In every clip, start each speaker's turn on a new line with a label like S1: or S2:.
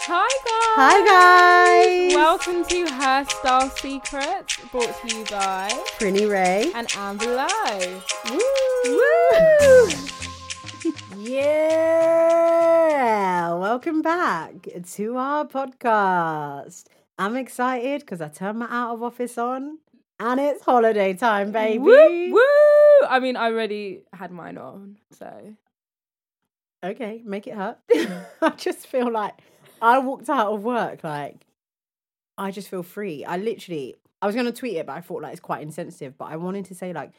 S1: Hi guys!
S2: Hi guys!
S1: Welcome to Hairstyle Secrets, brought to you by
S2: Prinny Ray.
S1: and Amber Lowe.
S2: Woo! Woo! yeah! Welcome back to our podcast. I'm excited because I turned my out of office on and it's holiday time, baby.
S1: Woo! Woo! I mean, I already had mine on, so
S2: Okay, make it hurt. I just feel like I walked out of work like I just feel free. I literally I was gonna tweet it, but I thought like it's quite insensitive. But I wanted to say like,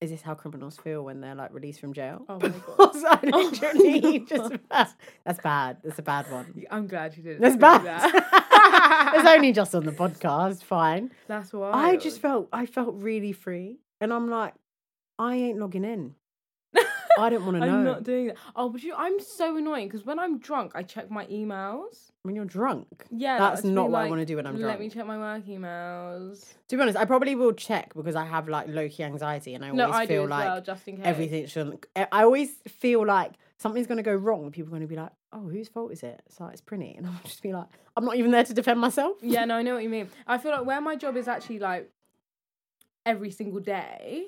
S2: is this how criminals feel when they're like released from jail?
S1: Oh my God.
S2: Because I
S1: Oh my
S2: literally
S1: God.
S2: just that's, that's bad. That's a bad one.
S1: I'm glad you did.
S2: That's bad. it's only just on the podcast. Fine.
S1: That's why
S2: I just felt I felt really free, and I'm like, I ain't logging in. I don't want to know.
S1: I'm not doing that. Oh, but you, I'm so annoying because when I'm drunk, I check my emails.
S2: when you're drunk.
S1: Yeah,
S2: That's
S1: me
S2: not what I
S1: like,
S2: wanna do when I'm
S1: Let
S2: drunk.
S1: me check my work emails.
S2: To be honest, I probably will check because I have like low key anxiety and I
S1: No,
S2: always
S1: I do
S2: feel
S1: as
S2: like
S1: well, just in case.
S2: everything shouldn't. I I always feel like something's going to go wrong. People are going to be like, oh, whose fault is it? It's like, it's Prinny. And I'll just be like, I'm not even there to defend myself.
S1: Yeah, no, I know what you mean. I feel like where my job is actually like every single day,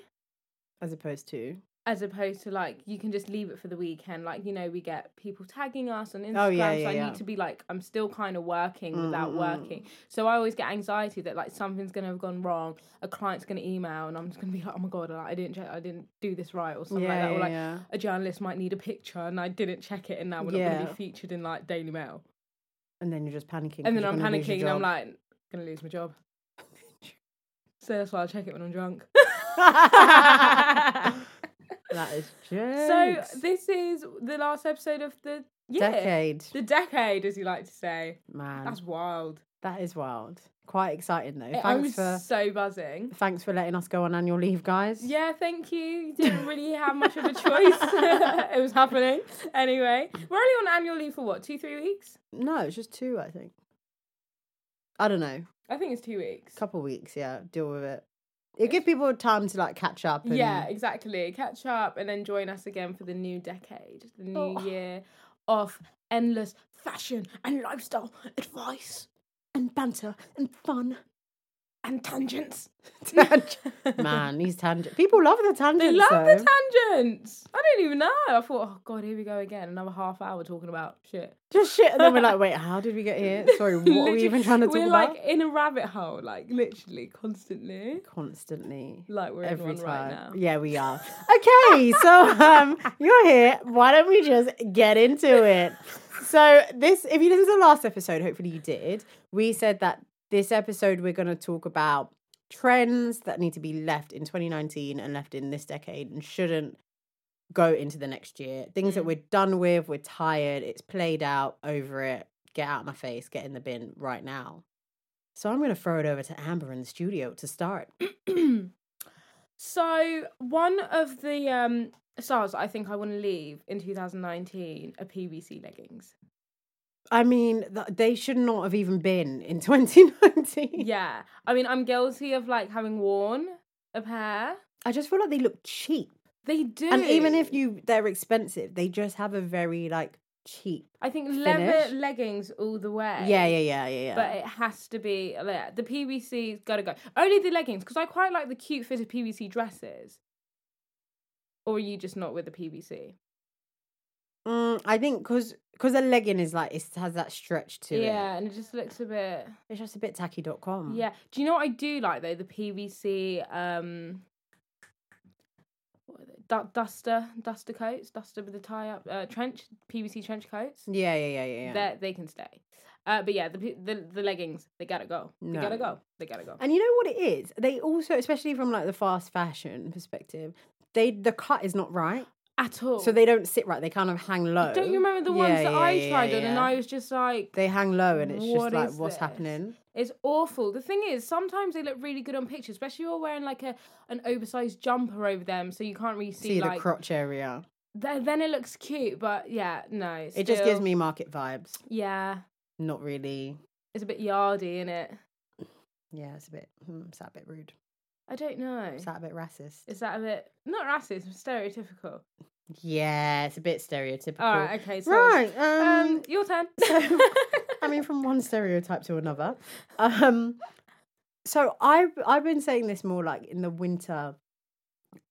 S2: As opposed to,
S1: as opposed to like you can just leave it for the weekend. Like you know, we get people tagging us on Instagram,
S2: Oh, yeah,
S1: so
S2: yeah,
S1: I
S2: yeah. Mm-hmm.
S1: need to be like I'm still kind of working without working. So I always get anxiety that like something's gonna have gone wrong. A client's gonna email, and I'm just gonna be like, oh my god, like, I didn't check, I didn't do this right, or something like
S2: Yeah,
S1: that. Or
S2: yeah,
S1: like
S2: yeah.
S1: a journalist might need a picture, and I didn't check it, and now we're not gonna
S2: Yeah.
S1: be featured in like Daily Mail.
S2: and then you're just panicking.
S1: And
S2: 'cause
S1: then I'm
S2: you're gonna lose your
S1: panicking, and I'm
S2: job.
S1: like, gonna lose my job. So that's why I check it when I'm drunk.
S2: that is
S1: so
S2: jokes.
S1: this is the last episode of the year.
S2: decade.
S1: The decade, as you like to say.
S2: Man,
S1: That's wild.
S2: that is wild. Quite exciting though.
S1: I
S2: Thanks
S1: was
S2: for
S1: so buzzing.
S2: thanks for letting us go on annual leave, guys.
S1: Yeah, thank you. You didn't really have much of a choice. it was happening. Anyway, we're only on annual leave for what, two, three weeks?
S2: No, it's just two, I think. I don't know.
S1: I think it's two weeks.
S2: couple weeks, yeah, deal with it. It give people time to like catch up. And,
S1: Yeah, exactly. Catch up and then join us again for the new decade, the new
S2: Oh.
S1: year of endless fashion and lifestyle advice and banter and fun and tangents.
S2: man, these tangents. People love the tangents.
S1: They love
S2: though.
S1: the tangents. I don't even know. I thought, oh god, here we go again, another half hour talking about shit.
S2: Just shit. And then we're like, wait, how did we get here? Sorry, what are we
S1: Literally,
S2: even trying to talk
S1: We're
S2: about?
S1: like in a rabbit hole, like literally constantly.
S2: Constantly.
S1: Like we're in
S2: Every
S1: one
S2: time.
S1: right now.
S2: Yeah, we are. Okay, so um, you're here. Why don't we just get into it? So this, if you listened to the last episode, hopefully you did. We said that this episode we're going to talk about trends that need to be left in 2019 and left in this decade and shouldn't go into the next year. Things that
S1: Mm.
S2: we're done with, we're tired, it's played out, over it. Get out of my face, get in the bin right now. So I'm going to throw it over to Amber in the studio to start.
S1: so one of the um styles that I think I want to leave in 2019 are PVC leggings.
S2: I mean, th- they should not have even been in 2019.
S1: yeah, I mean I'm guilty of like having worn a pair.
S2: I just feel like they look cheap.
S1: They do,
S2: And even if you they're expensive, they just have a very like cheap.
S1: I think leather
S2: finish-
S1: leggings all the way.
S2: Yeah, yeah, yeah, yeah, yeah.
S1: But it has to be yeah, the PVC's got to go. Only the leggings, because I quite like the cute fitted PVC dresses. Or are you just not with the PVC?
S2: Mm, I think because because a legging is like it has that stretch to
S1: yeah,
S2: it.
S1: and it just looks a bit.
S2: It's just a bit tacky.com.
S1: Yeah. Do you know what I do like though? The PVC. um what are they? Du- duster, duster coats, duster with the tie up, uh, trench, PVC trench coats.
S2: Yeah, yeah, yeah, yeah. yeah.
S1: That they can stay. Uh, but yeah, the, p- the the leggings, they gotta go. They
S2: No.
S1: gotta go. They gotta go.
S2: And you know what it is? They also, especially from like the fast fashion perspective, they the cut is not right.
S1: at all.
S2: So they don't sit right. They kind of hang low.
S1: Oh. don't you remember the
S2: Yeah,
S1: ones that
S2: yeah,
S1: I
S2: yeah,
S1: tried
S2: yeah,
S1: on, and
S2: yeah.
S1: I was just like,
S2: They hang low, and it's
S1: What
S2: just like,
S1: is
S2: what's
S1: this?
S2: happening?
S1: it's awful. The thing is, sometimes they look really good on pictures, especially if you're wearing like a an oversized jumper over them, so you can't really see,
S2: See the
S1: like.
S2: crotch area.
S1: th- then it looks cute, but yeah, no.
S2: It just gives
S1: still-
S2: me market vibes.
S1: Yeah,
S2: Not really.
S1: it's a bit yardy, in it?
S2: Yeah, it's a bit. mm, It's that bit rude.
S1: I don't know.
S2: It's that a bit racist.
S1: Is that a bit not racist, but stereotypical?
S2: Yeah, it's a bit stereotypical.
S1: All right, okay, so
S2: Right. um
S1: Um, your turn.
S2: so- I mean, from one stereotype to another. Um, so I've I've been saying this more like in the winter,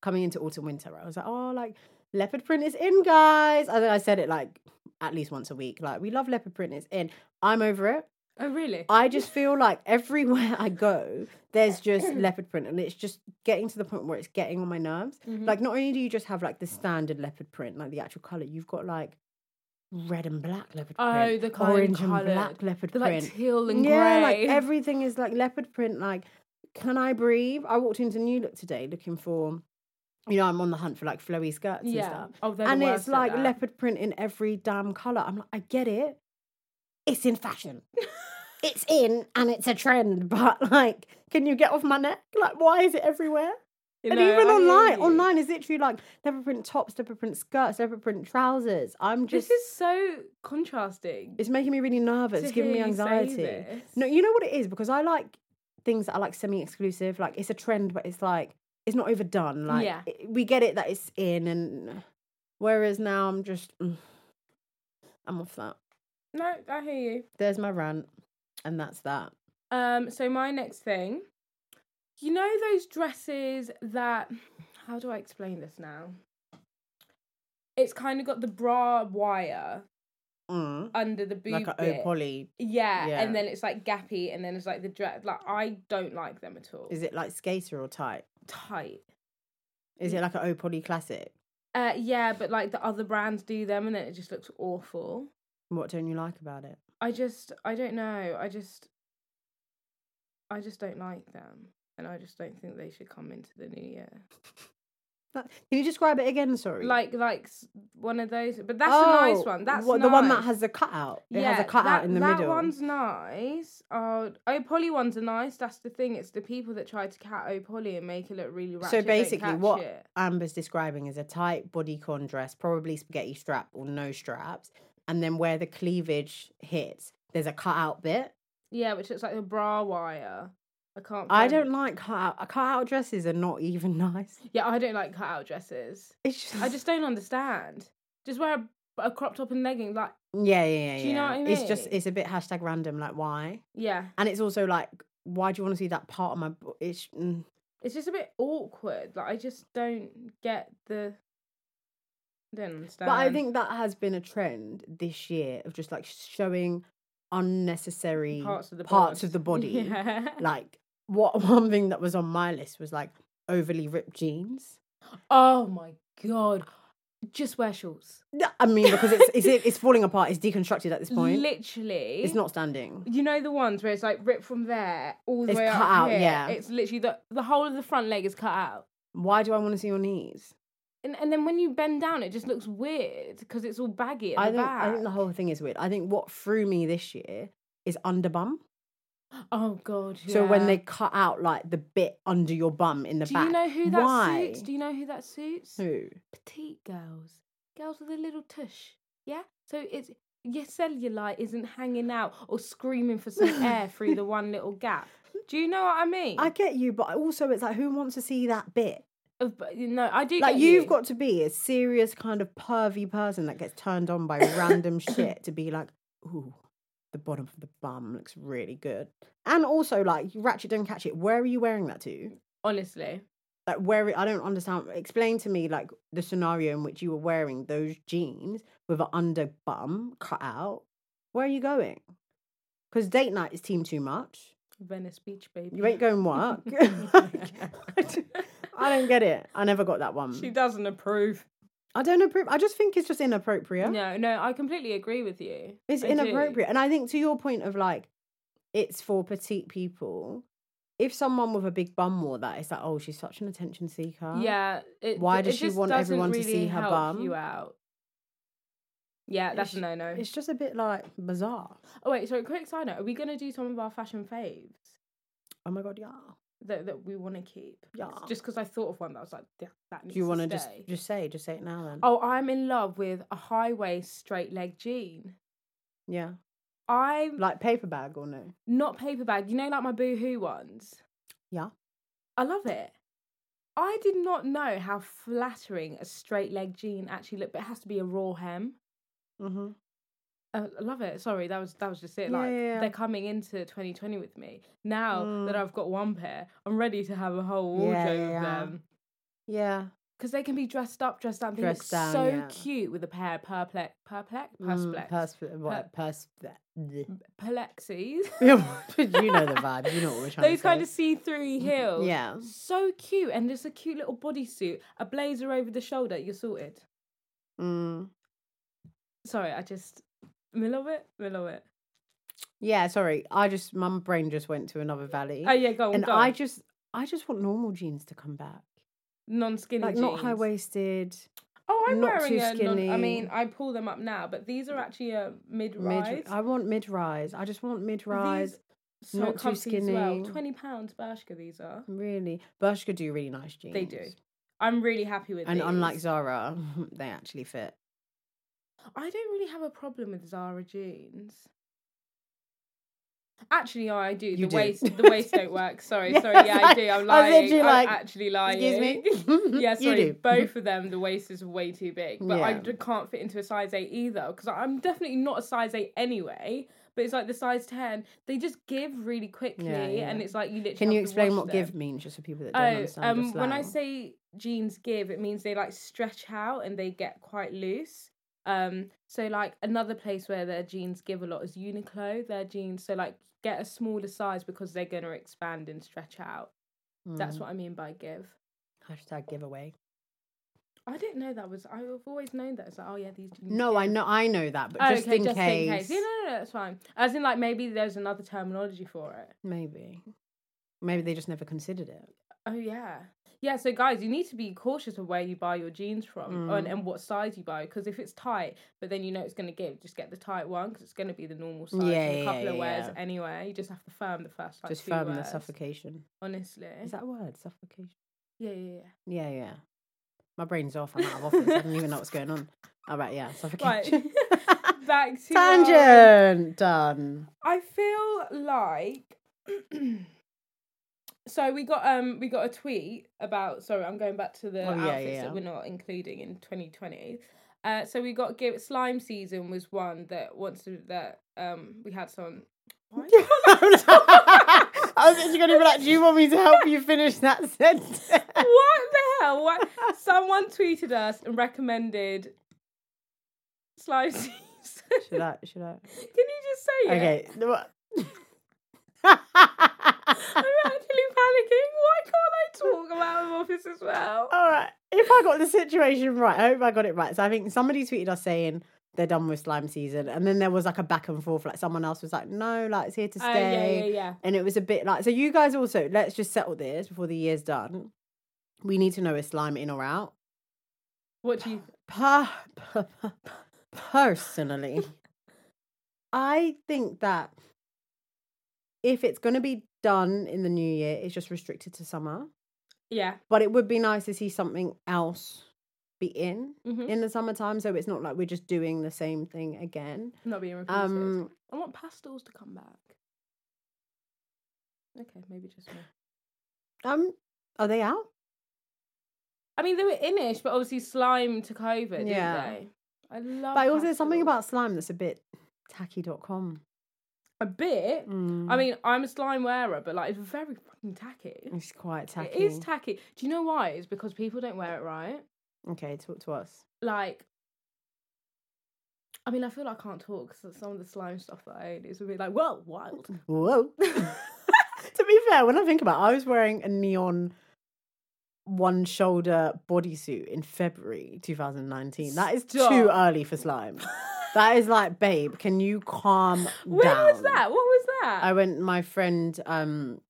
S2: coming into autumn winter. Right? I was like, oh, like leopard print is in, guys. I think I said it like at least once a week. Like we love leopard print is in. I'm over it.
S1: oh really?
S2: I just feel like everywhere I go, there's just leopard print, and it's just getting to the point where it's getting on my nerves.
S1: Mhm.
S2: Like, not only do you just have like the standard leopard print, like the actual color, you've got like red and black leopard
S1: Oh,
S2: print,
S1: the kind
S2: orange
S1: coloured-
S2: and black leopard
S1: They're
S2: print,
S1: like teal and
S2: yeah, like
S1: grey.
S2: everything is like leopard print. Like, can I breathe? I walked into New Look today looking for, you know, I'm on the hunt for like flowy skirts and
S1: yeah.
S2: stuff,
S1: Oh, they're the
S2: and
S1: worst
S2: it's
S1: at
S2: like
S1: that.
S2: leopard print in every damn color. I'm like, I get it. It's in fashion. it's in and it's a trend, but like, can you get off my neck? Like, why is it everywhere?
S1: You
S2: and
S1: know,
S2: even
S1: I hear
S2: online,
S1: you.
S2: online is literally like leopard print tops, leopard print skirts, leopard print trousers. I'm just,
S1: This is so contrasting.
S2: it's making me really nervous. It's
S1: to
S2: giving me
S1: hear you say
S2: anxiety.
S1: this.
S2: No, you know what it is because I like things that are like semi-exclusive. Like it's a trend, but it's like it's not overdone. Like
S1: Yeah.
S2: it- we get it that it's in, and whereas now I'm just, mm, I'm off that.
S1: no, I hear you.
S2: There's my rant, and that's that.
S1: Um, so my next thing, you know those dresses that how do I explain this now? It's kind of got the bra wire
S2: Mm.
S1: under the boob
S2: Like a
S1: bit.
S2: Opoly.
S1: Yeah,
S2: Yeah.
S1: and then it's like gappy, and then it's like the dress. Like I don't like them at all.
S2: Is it like skater or tight?
S1: tight?
S2: Is it
S1: Mm.
S2: like an Opoly classic?
S1: Uh, yeah, but like the other brands do them, and then it just looks awful.
S2: What don't you like about it?
S1: I just, I don't know. I just, I just don't like them, and I just don't think they should come into the new year.
S2: That- Can you describe it again? Sorry.
S1: Like, like s- one of those, but that's a nice
S2: Oh,
S1: one. That's
S2: what- the one that
S1: nice.
S2: has the cutout. It has a
S1: Yeah,
S2: cutout
S1: that,
S2: in the
S1: that
S2: middle.
S1: one's nice. Uh, oh, Polly ones are nice. That's the thing. It's the people that tried to cat Oh Polly and make it look really ratchet.
S2: So
S1: don't
S2: basically,
S1: catch
S2: what
S1: it.
S2: Amber's describing is a tight bodycon dress, probably spaghetti strap or no straps, and then where the cleavage hits, there's a cutout bit.
S1: Yeah, which looks like a bra wire. I can't.
S2: I
S1: find-
S2: don't like cutout. uh, Cutout dresses are not even nice.
S1: Yeah, I don't like cutout dresses.
S2: It's just,
S1: I just don't understand. Just wear a, a crop top and leggings. Like,
S2: yeah, yeah, yeah.
S1: Do you know
S2: yeah.
S1: what I
S2: It's just
S1: mean?
S2: it's a bit hashtag random. Like why?
S1: yeah,
S2: And it's also like why do you want to see that part of my? bo- It's mm.
S1: it's just a bit awkward. Like, I just don't get the. I don't understand.
S2: But I think that has been a trend this year of just like showing unnecessary
S1: parts of the
S2: parts
S1: bod.
S2: of the body.
S1: Yeah.
S2: like what one thing that was on my list was like overly ripped jeans.
S1: Oh my god. Just wear shorts.
S2: Th- I mean, because it's it's, it's falling apart. It's deconstructed at this point.
S1: Literally.
S2: It's not standing.
S1: You know the ones where it's like ripped from there all the
S2: It's
S1: way
S2: cut
S1: up
S2: out,
S1: here?
S2: yeah.
S1: It's literally the the whole of the front leg is cut out.
S2: Why do I want to see your knees?
S1: And and then when you bend down it just looks weird because it's all baggy at
S2: I
S1: the
S2: think
S1: back.
S2: I think the whole thing is weird. I think what threw me this year is underbum.
S1: Oh god.
S2: So when
S1: yeah.
S2: they cut out like the bit under your bum in the
S1: Do
S2: back.
S1: you know who that
S2: Why?
S1: suits? Do you know who that suits?
S2: Who?
S1: Petite girls. Girls with a little tush. Yeah? So it's your cellulite isn't hanging out or screaming for some air through the one little gap. Do you know what I mean?
S2: I get you, but also it's like who wants to see that bit?
S1: Uh, but, no, I do.
S2: like
S1: get
S2: you've
S1: you.
S2: got to be a serious kind of pervy person that gets turned on by random shit to be like, ooh, the bottom of the bum looks really good. And also like you ratchet don't catch it. Where are you wearing that to?
S1: honestly.
S2: Like where I don't understand. Explain to me like the scenario in which you were wearing those jeans with an under bum cut out. Where are you going? Because date night is team too much.
S1: Venice Beach, baby.
S2: You ain't going work. I Um, don't get it. I never got that one.
S1: She doesn't approve.
S2: I don't approve. I just think it's just inappropriate.
S1: No, no, I completely agree with you.
S2: It's
S1: I do.
S2: inappropriate. And I think to your point of like, it's for petite people. if someone with a big bum wore that, it's like, oh, she's such an attention seeker.
S1: Yeah. It,
S2: Why
S1: it
S2: does she
S1: just
S2: want
S1: doesn't
S2: everyone to
S1: really
S2: see her
S1: help
S2: bum?
S1: You out. Yeah, that's a
S2: It's-
S1: no no.
S2: It's just a bit like bizarre.
S1: Oh wait, sorry. Quick side note: Are we gonna do some of our fashion faves
S2: Oh my god, yeah.
S1: that that we want to keep?
S2: Yeah.
S1: Just because I thought of one that was like "Th- that. Needs
S2: Do you
S1: want to
S2: just
S1: stay."
S2: just say just say it now then?
S1: Oh, I'm in love with a high waist straight leg jean.
S2: Yeah,
S1: I'm
S2: like paper bag or no?
S1: not paper bag. You know, like my boohoo ones.
S2: Yeah.
S1: I love it. I did not know how flattering a straight leg jean actually looked, but it has to be a raw hem.
S2: Mm-hmm.
S1: Uh, I love it. Sorry, that was that was just it.
S2: Yeah,
S1: Like
S2: yeah, yeah.
S1: they're coming into 2020 with me. Now that
S2: Mm.
S1: I've got one pair, I'm ready to have a whole wardrobe
S2: Yeah,
S1: of
S2: yeah, yeah.
S1: them
S2: Yeah,
S1: because they can be dressed up, dressed down. They
S2: Dressed
S1: look
S2: down,
S1: so
S2: yeah.
S1: cute with a pair of perplex, perplex,
S2: Mm,
S1: persplex,
S2: persplex. What persplex?
S1: perplexes.
S2: you know the vibe. You know what we're trying
S1: Those
S2: to
S1: kind of
S2: say. Mm,
S1: see-through heels.
S2: Yeah.
S1: So cute, and just a cute little bodysuit, a blazer over the shoulder. You're sorted.
S2: Mm.
S1: Sorry, I just middle of it, middle of it.
S2: Yeah, sorry. I just my brain just went to another valley,
S1: Oh yeah, go on.
S2: and
S1: go
S2: I
S1: on.
S2: just I just want normal jeans to come back,
S1: non-skinny
S2: like not
S1: jeans.
S2: high waisted.
S1: Oh, I'm
S2: not
S1: wearing
S2: too
S1: a non. I
S2: skinny. Mm.
S1: mean, I pull them up now, but these are actually a mid-rise.
S2: Mid, I want mid rise. I just want mid rise.
S1: so
S2: not too
S1: comfy as well.
S2: skinny.
S1: Twenty pounds, Bershka. These are.
S2: Really, Bershka do really nice jeans.
S1: They do. I'm really happy with.
S2: And
S1: these.
S2: unlike Zara, they actually fit.
S1: I don't really have a problem with Zara jeans. Actually, oh, I do.
S2: You
S1: the
S2: do.
S1: waist, the waist don't work. Sorry,
S2: Yeah,
S1: sorry. Yeah, I do.
S2: I
S1: I'm
S2: was
S1: lying.
S2: literally
S1: I'm
S2: like,
S1: actually lying.
S2: Excuse me.
S1: yeah,
S2: you
S1: sorry.
S2: do.
S1: Both of them, the waist is way too big. But I
S2: Yeah.
S1: d- can't fit into a size eight either because I'm definitely not a size eight anyway. But it's like the size ten, they just give really quickly,
S2: yeah.
S1: and it's like you literally.
S2: Can you
S1: have to
S2: explain
S1: wash
S2: what
S1: them.
S2: give means, just for people that don't
S1: Oh,
S2: understand? the
S1: um, when I
S2: slang?
S1: say jeans give, it means they like stretch out and they get quite loose. Um, so like another place where their jeans give a lot is Uniqlo. Their jeans, so like get a smaller size because they're gonna expand and stretch out. That's
S2: Mm.
S1: what I mean by give.
S2: hashtag giveaway.
S1: I didn't know that was. I've always known that. It's like, oh yeah, these jeans.
S2: No,
S1: give.
S2: I know, I know that, but
S1: Oh,
S2: just,
S1: okay,
S2: in,
S1: just
S2: case,
S1: in case. Yeah, no, no, no, that's fine. As in, like maybe there's another terminology for it.
S2: maybe, maybe they just never considered it.
S1: Oh yeah. Yeah, so guys, you need to be cautious of where you buy your jeans from and,
S2: Mm.
S1: and what size you buy because if it's tight, but then you know it's going to give, just get the tight one because it's going to be the normal size
S2: Yeah,
S1: in a
S2: yeah,
S1: couple of
S2: yeah,
S1: wears
S2: yeah.
S1: anyway. You just have to firm the first like
S2: just
S1: two Eh?
S2: firm the
S1: wears,
S2: suffocation.
S1: Honestly.
S2: Is that a word? Suffocation.
S1: Yeah, yeah,
S2: Yeah, yeah. My brain's off. I'm out of office. I don't even know what's going on. All right, yeah,
S1: yeah. Right.
S2: suffocation.
S1: Back to our-
S2: Tangent done.
S1: I feel like So we got um we got a tweet about sorry I'm going back to the
S2: Oh, yeah,
S1: outfits
S2: yeah.
S1: that we're not including in 2020. Uh so we got give slime season was one that wants to that um we had some Why?
S2: I was actually going to be like, "Do you want me to help you finish that sentence?"
S1: what the hell? What someone tweeted us and recommended slime season.
S2: Should I? Should I?
S1: Can you just say it?
S2: Okay. the what-
S1: I'm actually panicking. Why can't I talk about the office as well? Uh,
S2: All right. If I got the situation right, I hope I got it right. So I think somebody tweeted us saying they're done with slime season, and then there was like a back and forth. Like someone else was like, "No, like it's here to
S1: Oh
S2: stay,"
S1: yeah, yeah, yeah.
S2: and it was a bit like. So you guys also let's just settle this before the year's done. We need to know is slime in or out.
S1: What do you
S2: Per- per- per- personally, I think that if it's going to be done in the new year, it's just restricted to summer.
S1: Yeah.
S2: But it would be nice to see something else be in
S1: Mhm.
S2: in the summertime, so it's not like we're just doing the same thing again.
S1: Not being repeated.
S2: Um,
S1: I want pastels to come back. Okay, maybe just me.
S2: um, are they out?
S1: I mean, they were Inish, but obviously slime took over, didn't
S2: Yeah.
S1: they? I love.
S2: But also, there's something
S1: pastels.
S2: about slime that's a bit tacky.com.
S1: a bit.
S2: Mm,
S1: I mean, I'm a slime wearer, but like it's very fucking tacky.
S2: it's quite tacky.
S1: It is tacky. Do you know why? It's because people don't wear it right.
S2: okay, talk to us.
S1: Like, I mean, I feel like I can't talk because some of the slime stuff that I own is a bit like, whoa, wild.
S2: Whoa. to be fair, when I think about it, I was wearing a neon one shoulder bodysuit in February 2019. That is too
S1: Stop.
S2: early for slime. that is like, babe, can you calm
S1: When
S2: down?
S1: was that? What was that?
S2: I went, my friend, um,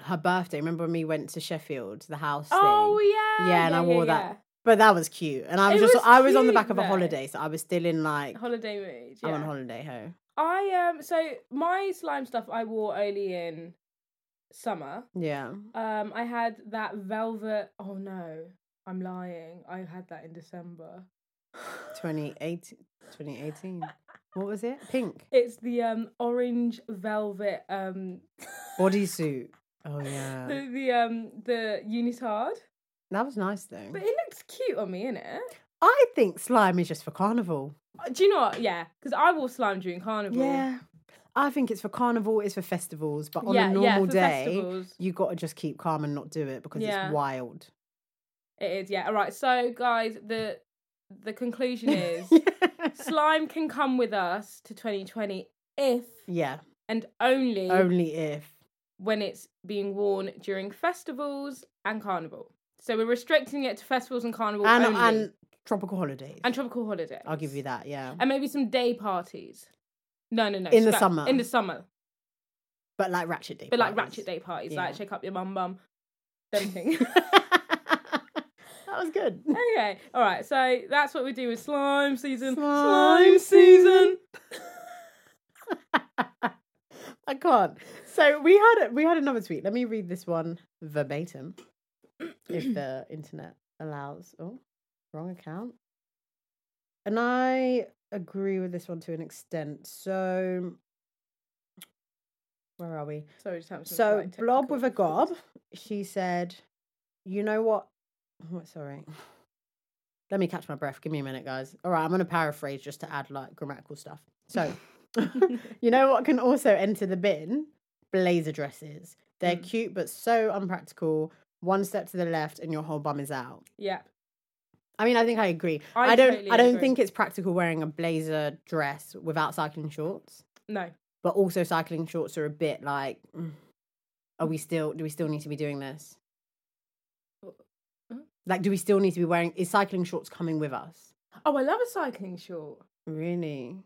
S2: her birthday. Remember when we went to Sheffield, the house thing?
S1: Oh yeah.
S2: Yeah, and I wore that But that was cute. And I was
S1: It
S2: just
S1: was
S2: I was on the
S1: cute,
S2: back of a
S1: though.
S2: holiday, so I was still in like
S1: holiday mood.
S2: I'm on
S1: yeah.
S2: holiday ho.
S1: I um so my slime stuff I wore only in summer.
S2: Yeah.
S1: Um I had that velvet oh no, I'm lying. I had that in December.
S2: 2018, 2018. What was it? Pink.
S1: It's the um orange velvet um
S2: Bodysuit. Oh yeah.
S1: the, the um the unitard.
S2: That was nice though.
S1: But it looks cute on me, innit?
S2: I think slime is just for carnival.
S1: Uh, Do you know what? Yeah, because I wore slime during carnival.
S2: Yeah. I think it's for carnival, it's for festivals, but on
S1: yeah,
S2: a
S1: yeah,
S2: normal
S1: for
S2: day,
S1: Festivals.
S2: you gotta just keep calm and not do it because
S1: Yeah.
S2: it's wild.
S1: It is, yeah. All right, so guys, the the conclusion is slime can come with us to 2020 if
S2: yeah.
S1: and only
S2: Only if.
S1: when it's being worn during festivals and carnival. So we're restricting it to festivals and carnival
S2: and
S1: only,
S2: and tropical holidays.
S1: and tropical holidays.
S2: I'll give you that. Yeah,
S1: And maybe some day parties. No, no, no.
S2: In the
S1: scrap-
S2: summer.
S1: In the summer.
S2: but like ratchet day.
S1: But like
S2: parties.
S1: ratchet day parties,
S2: Yeah.
S1: like shake up your mum bum. Them thing.
S2: that was good.
S1: okay. All right. So that's what we do with slime season.
S2: Slime
S1: season.
S2: I can't. So we had a, we had another tweet. Let me read this one verbatim, if the internet allows. Oh, wrong account. And I agree with this one to an extent. So where are we?
S1: Sorry, just having some
S2: So
S1: slight
S2: blob with a
S1: technical
S2: gob,
S1: difficulties.
S2: she said, "You know what? What? Sorry. Let me catch my breath. Give me a minute, guys. All right, I'm gonna paraphrase just to add like grammatical stuff. So, you know what can also enter the bin? Blazer dresses. They're
S1: Mm.
S2: cute but so unpractical. One step to the left and your whole bum is out.
S1: Yeah.
S2: I mean, I think I agree. I,
S1: I
S2: don't.
S1: totally
S2: I don't
S1: agree.
S2: think it's practical wearing a blazer dress without cycling shorts.
S1: No.
S2: But also, cycling shorts are a bit like, mm, are we still? Do we still need to be doing this?
S1: Oh,
S2: Like, do we still need to be wearing? Is cycling shorts coming with us?
S1: Oh, I love a cycling short.
S2: Really?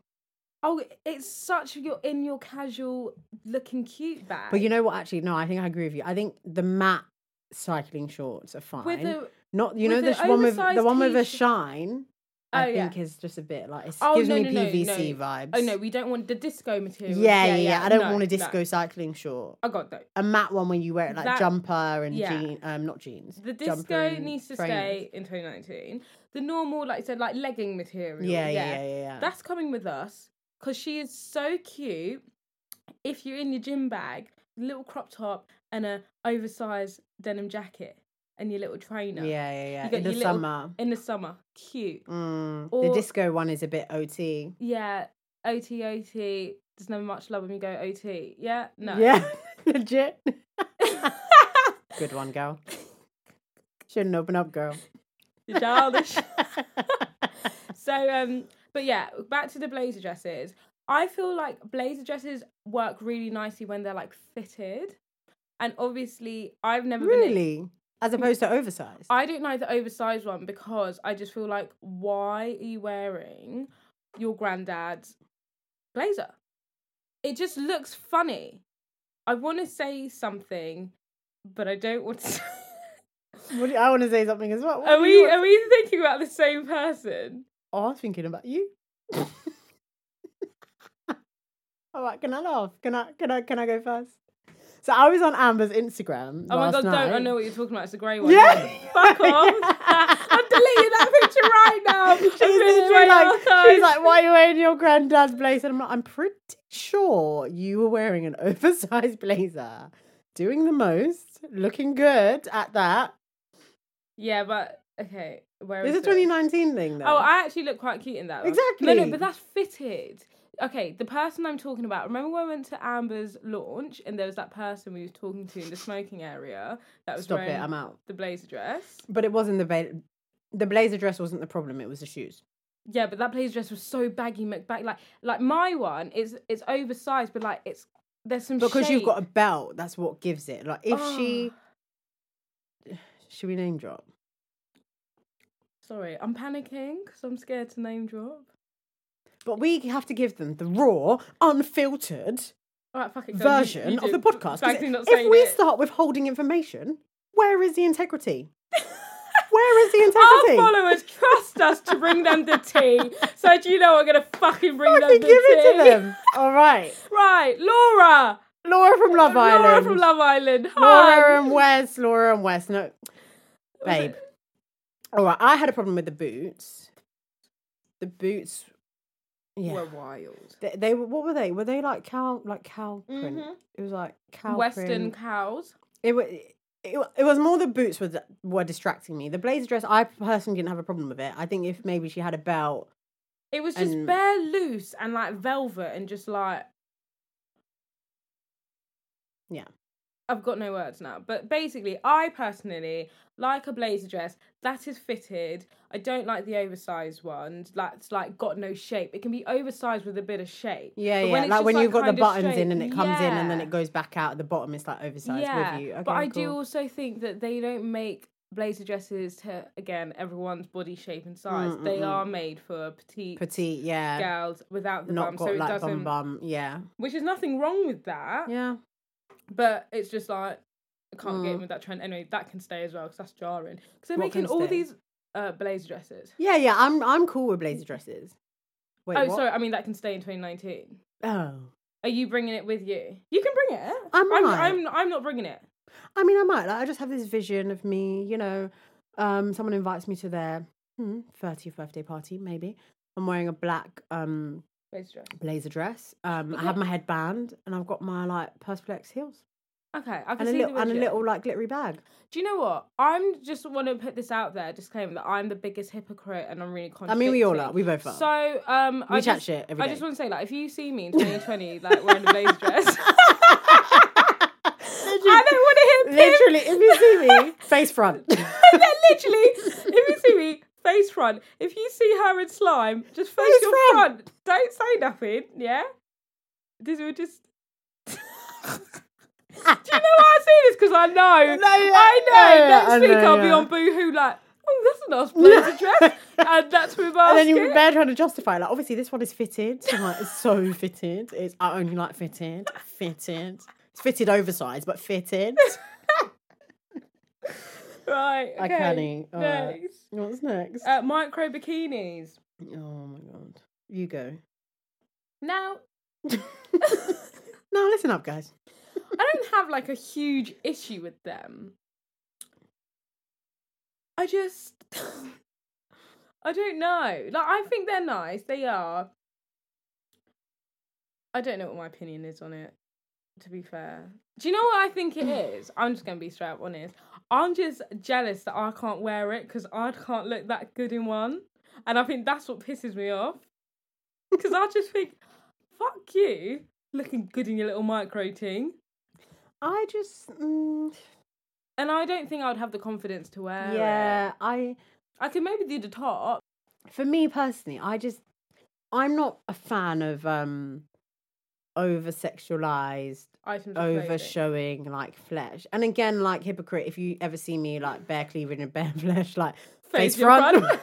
S1: Oh, it's such your in your casual looking cute bag.
S2: But you know what? Actually, no. I think I agree with you. I think the matte cycling shorts are fine.
S1: with a
S2: Not you
S1: with
S2: know
S1: the
S2: this one with the
S1: oversized
S2: one with a
S1: t-shirt.
S2: shine. I
S1: Oh, yeah.
S2: think is just a bit like it
S1: Oh,
S2: gives
S1: no,
S2: me
S1: no, no,
S2: PVC
S1: no.
S2: vibes.
S1: oh no, we don't want the disco material.
S2: Yeah, yeah, yeah. I don't
S1: No,
S2: want a
S1: no.
S2: disco cycling short.
S1: Oh god, no.
S2: a matte one when you wear it like
S1: That-
S2: jumper and
S1: yeah.
S2: jean, um, not jeans.
S1: The
S2: jumper
S1: disco
S2: and
S1: needs to
S2: trainers.
S1: stay in 2019. The normal, like you said, like legging material.
S2: Yeah, yeah, yeah, yeah. yeah.
S1: That's coming with us because she is so cute. If you're in your gym bag, little crop top and a oversized denim jacket and your little trainer.
S2: yeah, yeah, yeah.
S1: You got
S2: In the
S1: your little-
S2: summer,
S1: In the summer, cute.
S2: mm, the
S1: or-
S2: disco one is a bit OT.
S1: Yeah, OT OT. There's never much love when you go OT. Yeah, no.
S2: Yeah, legit. Good one, girl. Shouldn't open up, girl.
S1: You're childish. so um, but yeah, back to the blazer dresses. I feel like blazer dresses work really nicely when they're like fitted, and obviously I've never been.
S2: really, as opposed to oversized.
S1: I don't like the oversized one because I just feel like why are you wearing your granddad's blazer? It just looks funny. I want to say something, but I don't want to.
S2: What do you- I want to say something as well. What
S1: are
S2: do you
S1: we
S2: want-
S1: are we thinking about the same person?
S2: Oh, I was thinking about you. All right, can I laugh? Can I? Can I? Can I go first? So I was on Amber's Instagram.
S1: Oh my
S2: last
S1: god,
S2: night.
S1: don't I know what you're talking about? It's a grey one.
S2: Yeah.
S1: Fuck off. I'm deleting that picture right now.
S2: She's
S1: I'm putting it in
S2: literally
S1: my
S2: like, she's
S1: archives.
S2: like, why are you wearing your granddad's blazer? And I'm like, I'm pretty sure you were wearing an oversized blazer, doing the most, looking good at that.
S1: Yeah, but okay. Where
S2: It's
S1: is
S2: a
S1: it?
S2: 2019 thing, though.
S1: Oh, I actually look quite cute in that. one. No,
S2: Exactly.
S1: no, but that's fitted. Okay, the person I'm talking about. Remember when we went to Amber's launch and there was that person we was talking to in the smoking area that was
S2: Stop
S1: wearing
S2: it, I'm out.
S1: the blazer dress.
S2: But it wasn't the ba- the blazer dress wasn't the problem. It was the shoes.
S1: Yeah, but that blazer dress was so baggy, McBag. Like, like my one is it's oversized, but like it's there's some
S2: because you've
S1: shape.
S2: got a belt that's what gives it like if
S1: Oh.
S2: she
S1: Ah.
S2: should we name drop
S1: Sorry, I'm panicking because I'm scared to name drop.
S2: but we have to give them the raw unfiltered
S1: All right, fuck it. go, you-
S2: version
S1: you
S2: of
S1: do.
S2: the podcast. 'cause
S1: Thanks for not
S2: if
S1: saying
S2: we
S1: it.
S2: start withholding information, where is the integrity? where is the
S1: Our
S2: integrity?
S1: followers trust us to bring them the tea. So do you know we're gonna fucking bring
S2: Fucking
S1: them the
S2: give it to
S1: tea.
S2: them. All right.
S1: Right, Laura.
S2: Laura from Love
S1: Laura
S2: Island.
S1: from Love Island. Hi.
S2: Laura and Wes, Laura and Wes. No, babe. All right, I had a problem with the boots. The boots. Yeah.
S1: We're wild.
S2: they, they were. What were they? Were they like cow? Like cow print?
S1: Mhm.
S2: It was like cow
S1: Western
S2: print.
S1: cows.
S2: It was. It, wa- it was more the boots were that were distracting me. The blazer dress, I personally didn't have a problem with it. I think if maybe she had a belt,
S1: It was just
S2: And-
S1: bare loose and like velvet and just like
S2: Yeah.
S1: I've got no words now, but basically, I personally like a blazer dress that is fitted. I don't like the oversized ones that's like got no shape. It can be oversized with a bit of shape.
S2: yeah,
S1: but when
S2: yeah, like
S1: it's just,
S2: when you've got the
S1: kinda
S2: buttons
S1: straight-
S2: in and it comes in and then
S1: Yeah.
S2: it goes back out at the bottom, it's like oversized with you. Okay,
S1: but I do
S2: cool.
S1: also think that they don't make blazer dresses to again everyone's body shape and size.
S2: Mm, mm,
S1: They
S2: mm.
S1: are made for petite,
S2: petite, yeah,
S1: girls without the
S2: not
S1: bum,
S2: got
S1: so it
S2: like
S1: doesn't.
S2: bum bum, yeah,
S1: Which is nothing wrong with that,
S2: yeah.
S1: but it's just like I can't get
S2: Mm.
S1: in with that trend anyway. That can stay as well because that's jarring. Because they're
S2: What
S1: making
S2: can
S1: all
S2: stay?
S1: these uh, blazer dresses.
S2: Yeah, yeah, I'm I'm cool with blazer dresses. Wait,
S1: oh,
S2: what?
S1: sorry, I mean that can stay in 2019.
S2: Oh,
S1: Are you bringing it with you? You can bring it.
S2: I
S1: I'm,
S2: might.
S1: I'm, I'm not bringing it.
S2: I mean, I might. Like, I just have this vision of me, you know, um, someone invites me to their hmm, 30th birthday party, maybe. I'm wearing a black um,
S1: Blazer dress.
S2: blazer dress. Um, I
S1: Okay.
S2: have my headband, and I've got my like perspex heels
S1: Okay, I can
S2: and a
S1: see
S2: little
S1: the
S2: and a
S1: vision.
S2: little like glittery bag.
S1: Do you know what? I'm just want to put this out there, disclaimer that I'm the biggest hypocrite, and I'm really
S2: I
S1: contradicting.
S2: mean, we all are. We both are.
S1: So, um,
S2: we
S1: I
S2: chat
S1: just,
S2: shit every
S1: I
S2: day.
S1: just want to say, like, if you see me in 2020, like wearing a blazer dress, I
S2: literally,
S1: don't want to hear pimp.
S2: literally, if you see me, face front.
S1: And then literally, if you see me face front, if you see her in slime, just face,
S2: Face
S1: your front.
S2: front.
S1: Don't say nothing. Yeah, this will just. Do you know why I say this? Because I know,
S2: yeah.
S1: I know.
S2: Yeah, yeah,
S1: next
S2: I
S1: week
S2: know,
S1: I'll be
S2: yeah.
S1: on Boohoo like, oh, that's a nice blazer dress, and that's with
S2: And
S1: basket.
S2: then you're there trying to justify, like, obviously this one is fitted. I'm like, it's so fitted. It's I only like fitted, fitted. It's fitted oversized, but fitted.
S1: right, okay.
S2: I can't. All right.
S1: Next,
S2: What's next?
S1: uh, micro bikinis.
S2: oh my god, you go.
S1: Now,
S2: Now listen up, guys.
S1: I don't have like a huge issue with them. I just I don't know. Like I think they're nice. They are. I don't know what my opinion is on it, to be fair. Do you know what I think it is? I'm just gonna be straight up honest. I'm just jealous that I can't wear it because I can't look that good in one. And I think that's what pisses me off. Cause I just think, fuck you, looking good in your little micro ting.
S2: I just, mm,
S1: And I don't think I would have the confidence to wear it.
S2: yeah, I.
S1: I could maybe do the top.
S2: For me personally, I just, I'm not a fan of um, over sexualized
S1: Items of
S2: over
S1: clothing.
S2: showing like flesh. And again, like hypocrite, if you ever see me like bare cleavage and bare flesh, like face,
S1: Face in
S2: front.
S1: front.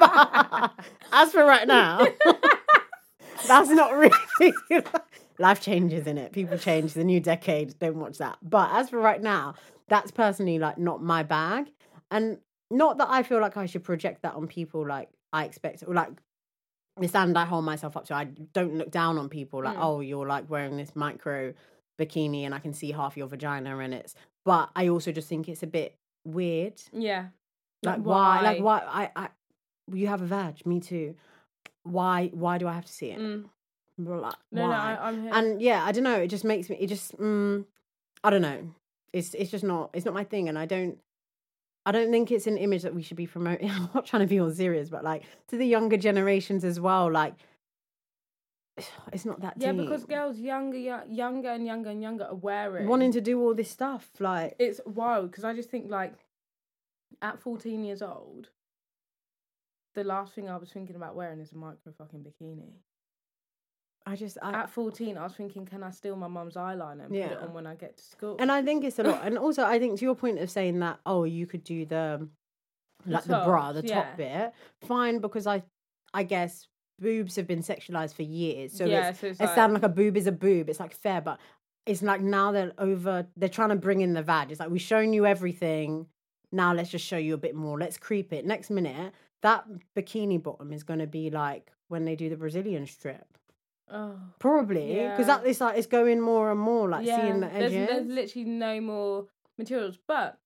S2: But as for right now, that's not really. Life changes in it. People change. The new decade. Don't watch that. But as for right now, that's personally like not my bag, and not that I feel like I should project that on people. Like I expect, or like the standard I hold myself up to. I don't look down on people like,
S1: Mm.
S2: oh, you're like wearing this micro bikini and I can see half your vagina and it's. But I also just think it's a bit weird.
S1: Yeah.
S2: Like why? Like why? I, I, you have a vag. Me too. Why? Why do I have to see it?
S1: Mm.
S2: Well, like,
S1: No,
S2: why?
S1: no, I, I'm here.
S2: and yeah, I don't know. It just makes me. It just. Mm, I don't know. It's it's just not. It's not my thing, and I don't. I don't think it's an image that we should be promoting. I'm not trying to be all serious, but like to the younger generations as well. Like, it's not that.
S1: yeah, because
S2: deep.
S1: girls younger, yo- younger and younger and younger are wearing.
S2: wanting to do all this stuff, like,
S1: It's wild because I just think like at 14 years old, the last thing I was thinking about wearing is a micro fucking bikini.
S2: I just, I,
S1: At 14, I was thinking, can I steal my mum's eyeliner and put it
S2: Yeah.
S1: on when I get to school?
S2: And I think it's a lot. And also, I think to your point of saying that, oh, you could do the like the, bra,
S1: tops,
S2: the
S1: yeah.
S2: top bit, fine, because I, I guess boobs have been sexualized for years. So
S1: yeah,
S2: it's,
S1: so it's
S2: it
S1: like,
S2: sound like a boob is a boob. It's like fair, but it's like now they're over. They're trying to bring in the vad. It's like we've shown you everything. Now let's just show you a bit more. Let's creep it. Next minute, that bikini bottom is going to be like when they do the Brazilian strip,
S1: oh.
S2: probably because
S1: Yeah.
S2: that is like it's going more and more like seeing the edges.
S1: there's, there's literally no more materials. But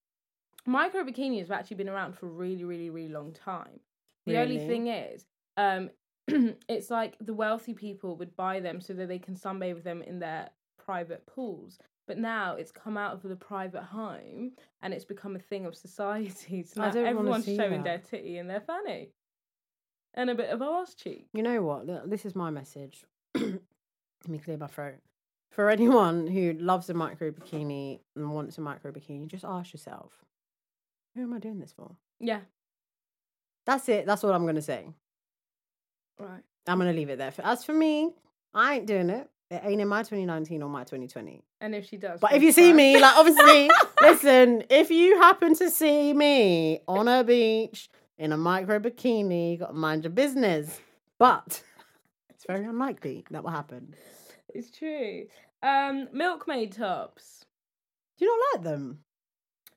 S1: micro bikinis have actually been around for a really, really, really long time. The only
S2: Really?
S1: thing is, um, it's like the wealthy people would buy them so that they can sunbathe with them in their private pools. But now it's come out of the private home and it's become a thing of society. So
S2: I
S1: now
S2: don't wanna
S1: everyone's
S2: see
S1: showing
S2: that.
S1: their titty and their fanny and a bit of arse cheek.
S2: You know what? Th- This is my message. Let me clear my throat. For anyone who loves a micro bikini and wants a micro bikini, just ask yourself, who am I doing this for?
S1: Yeah,
S2: That's it. That's all I'm going to say.
S1: right.
S2: I'm going to leave it there. For- As for me, I ain't doing it. It ain't in my 2019 or my 2020.
S1: And if she does,
S2: But
S1: then
S2: if you see
S1: fine.
S2: me, like obviously, listen, if you happen to see me on a beach in a micro bikini, you got to mind your business. But it's very unlikely that will happen.
S1: It's true. Um, milkmaid tops.
S2: Do you not like them?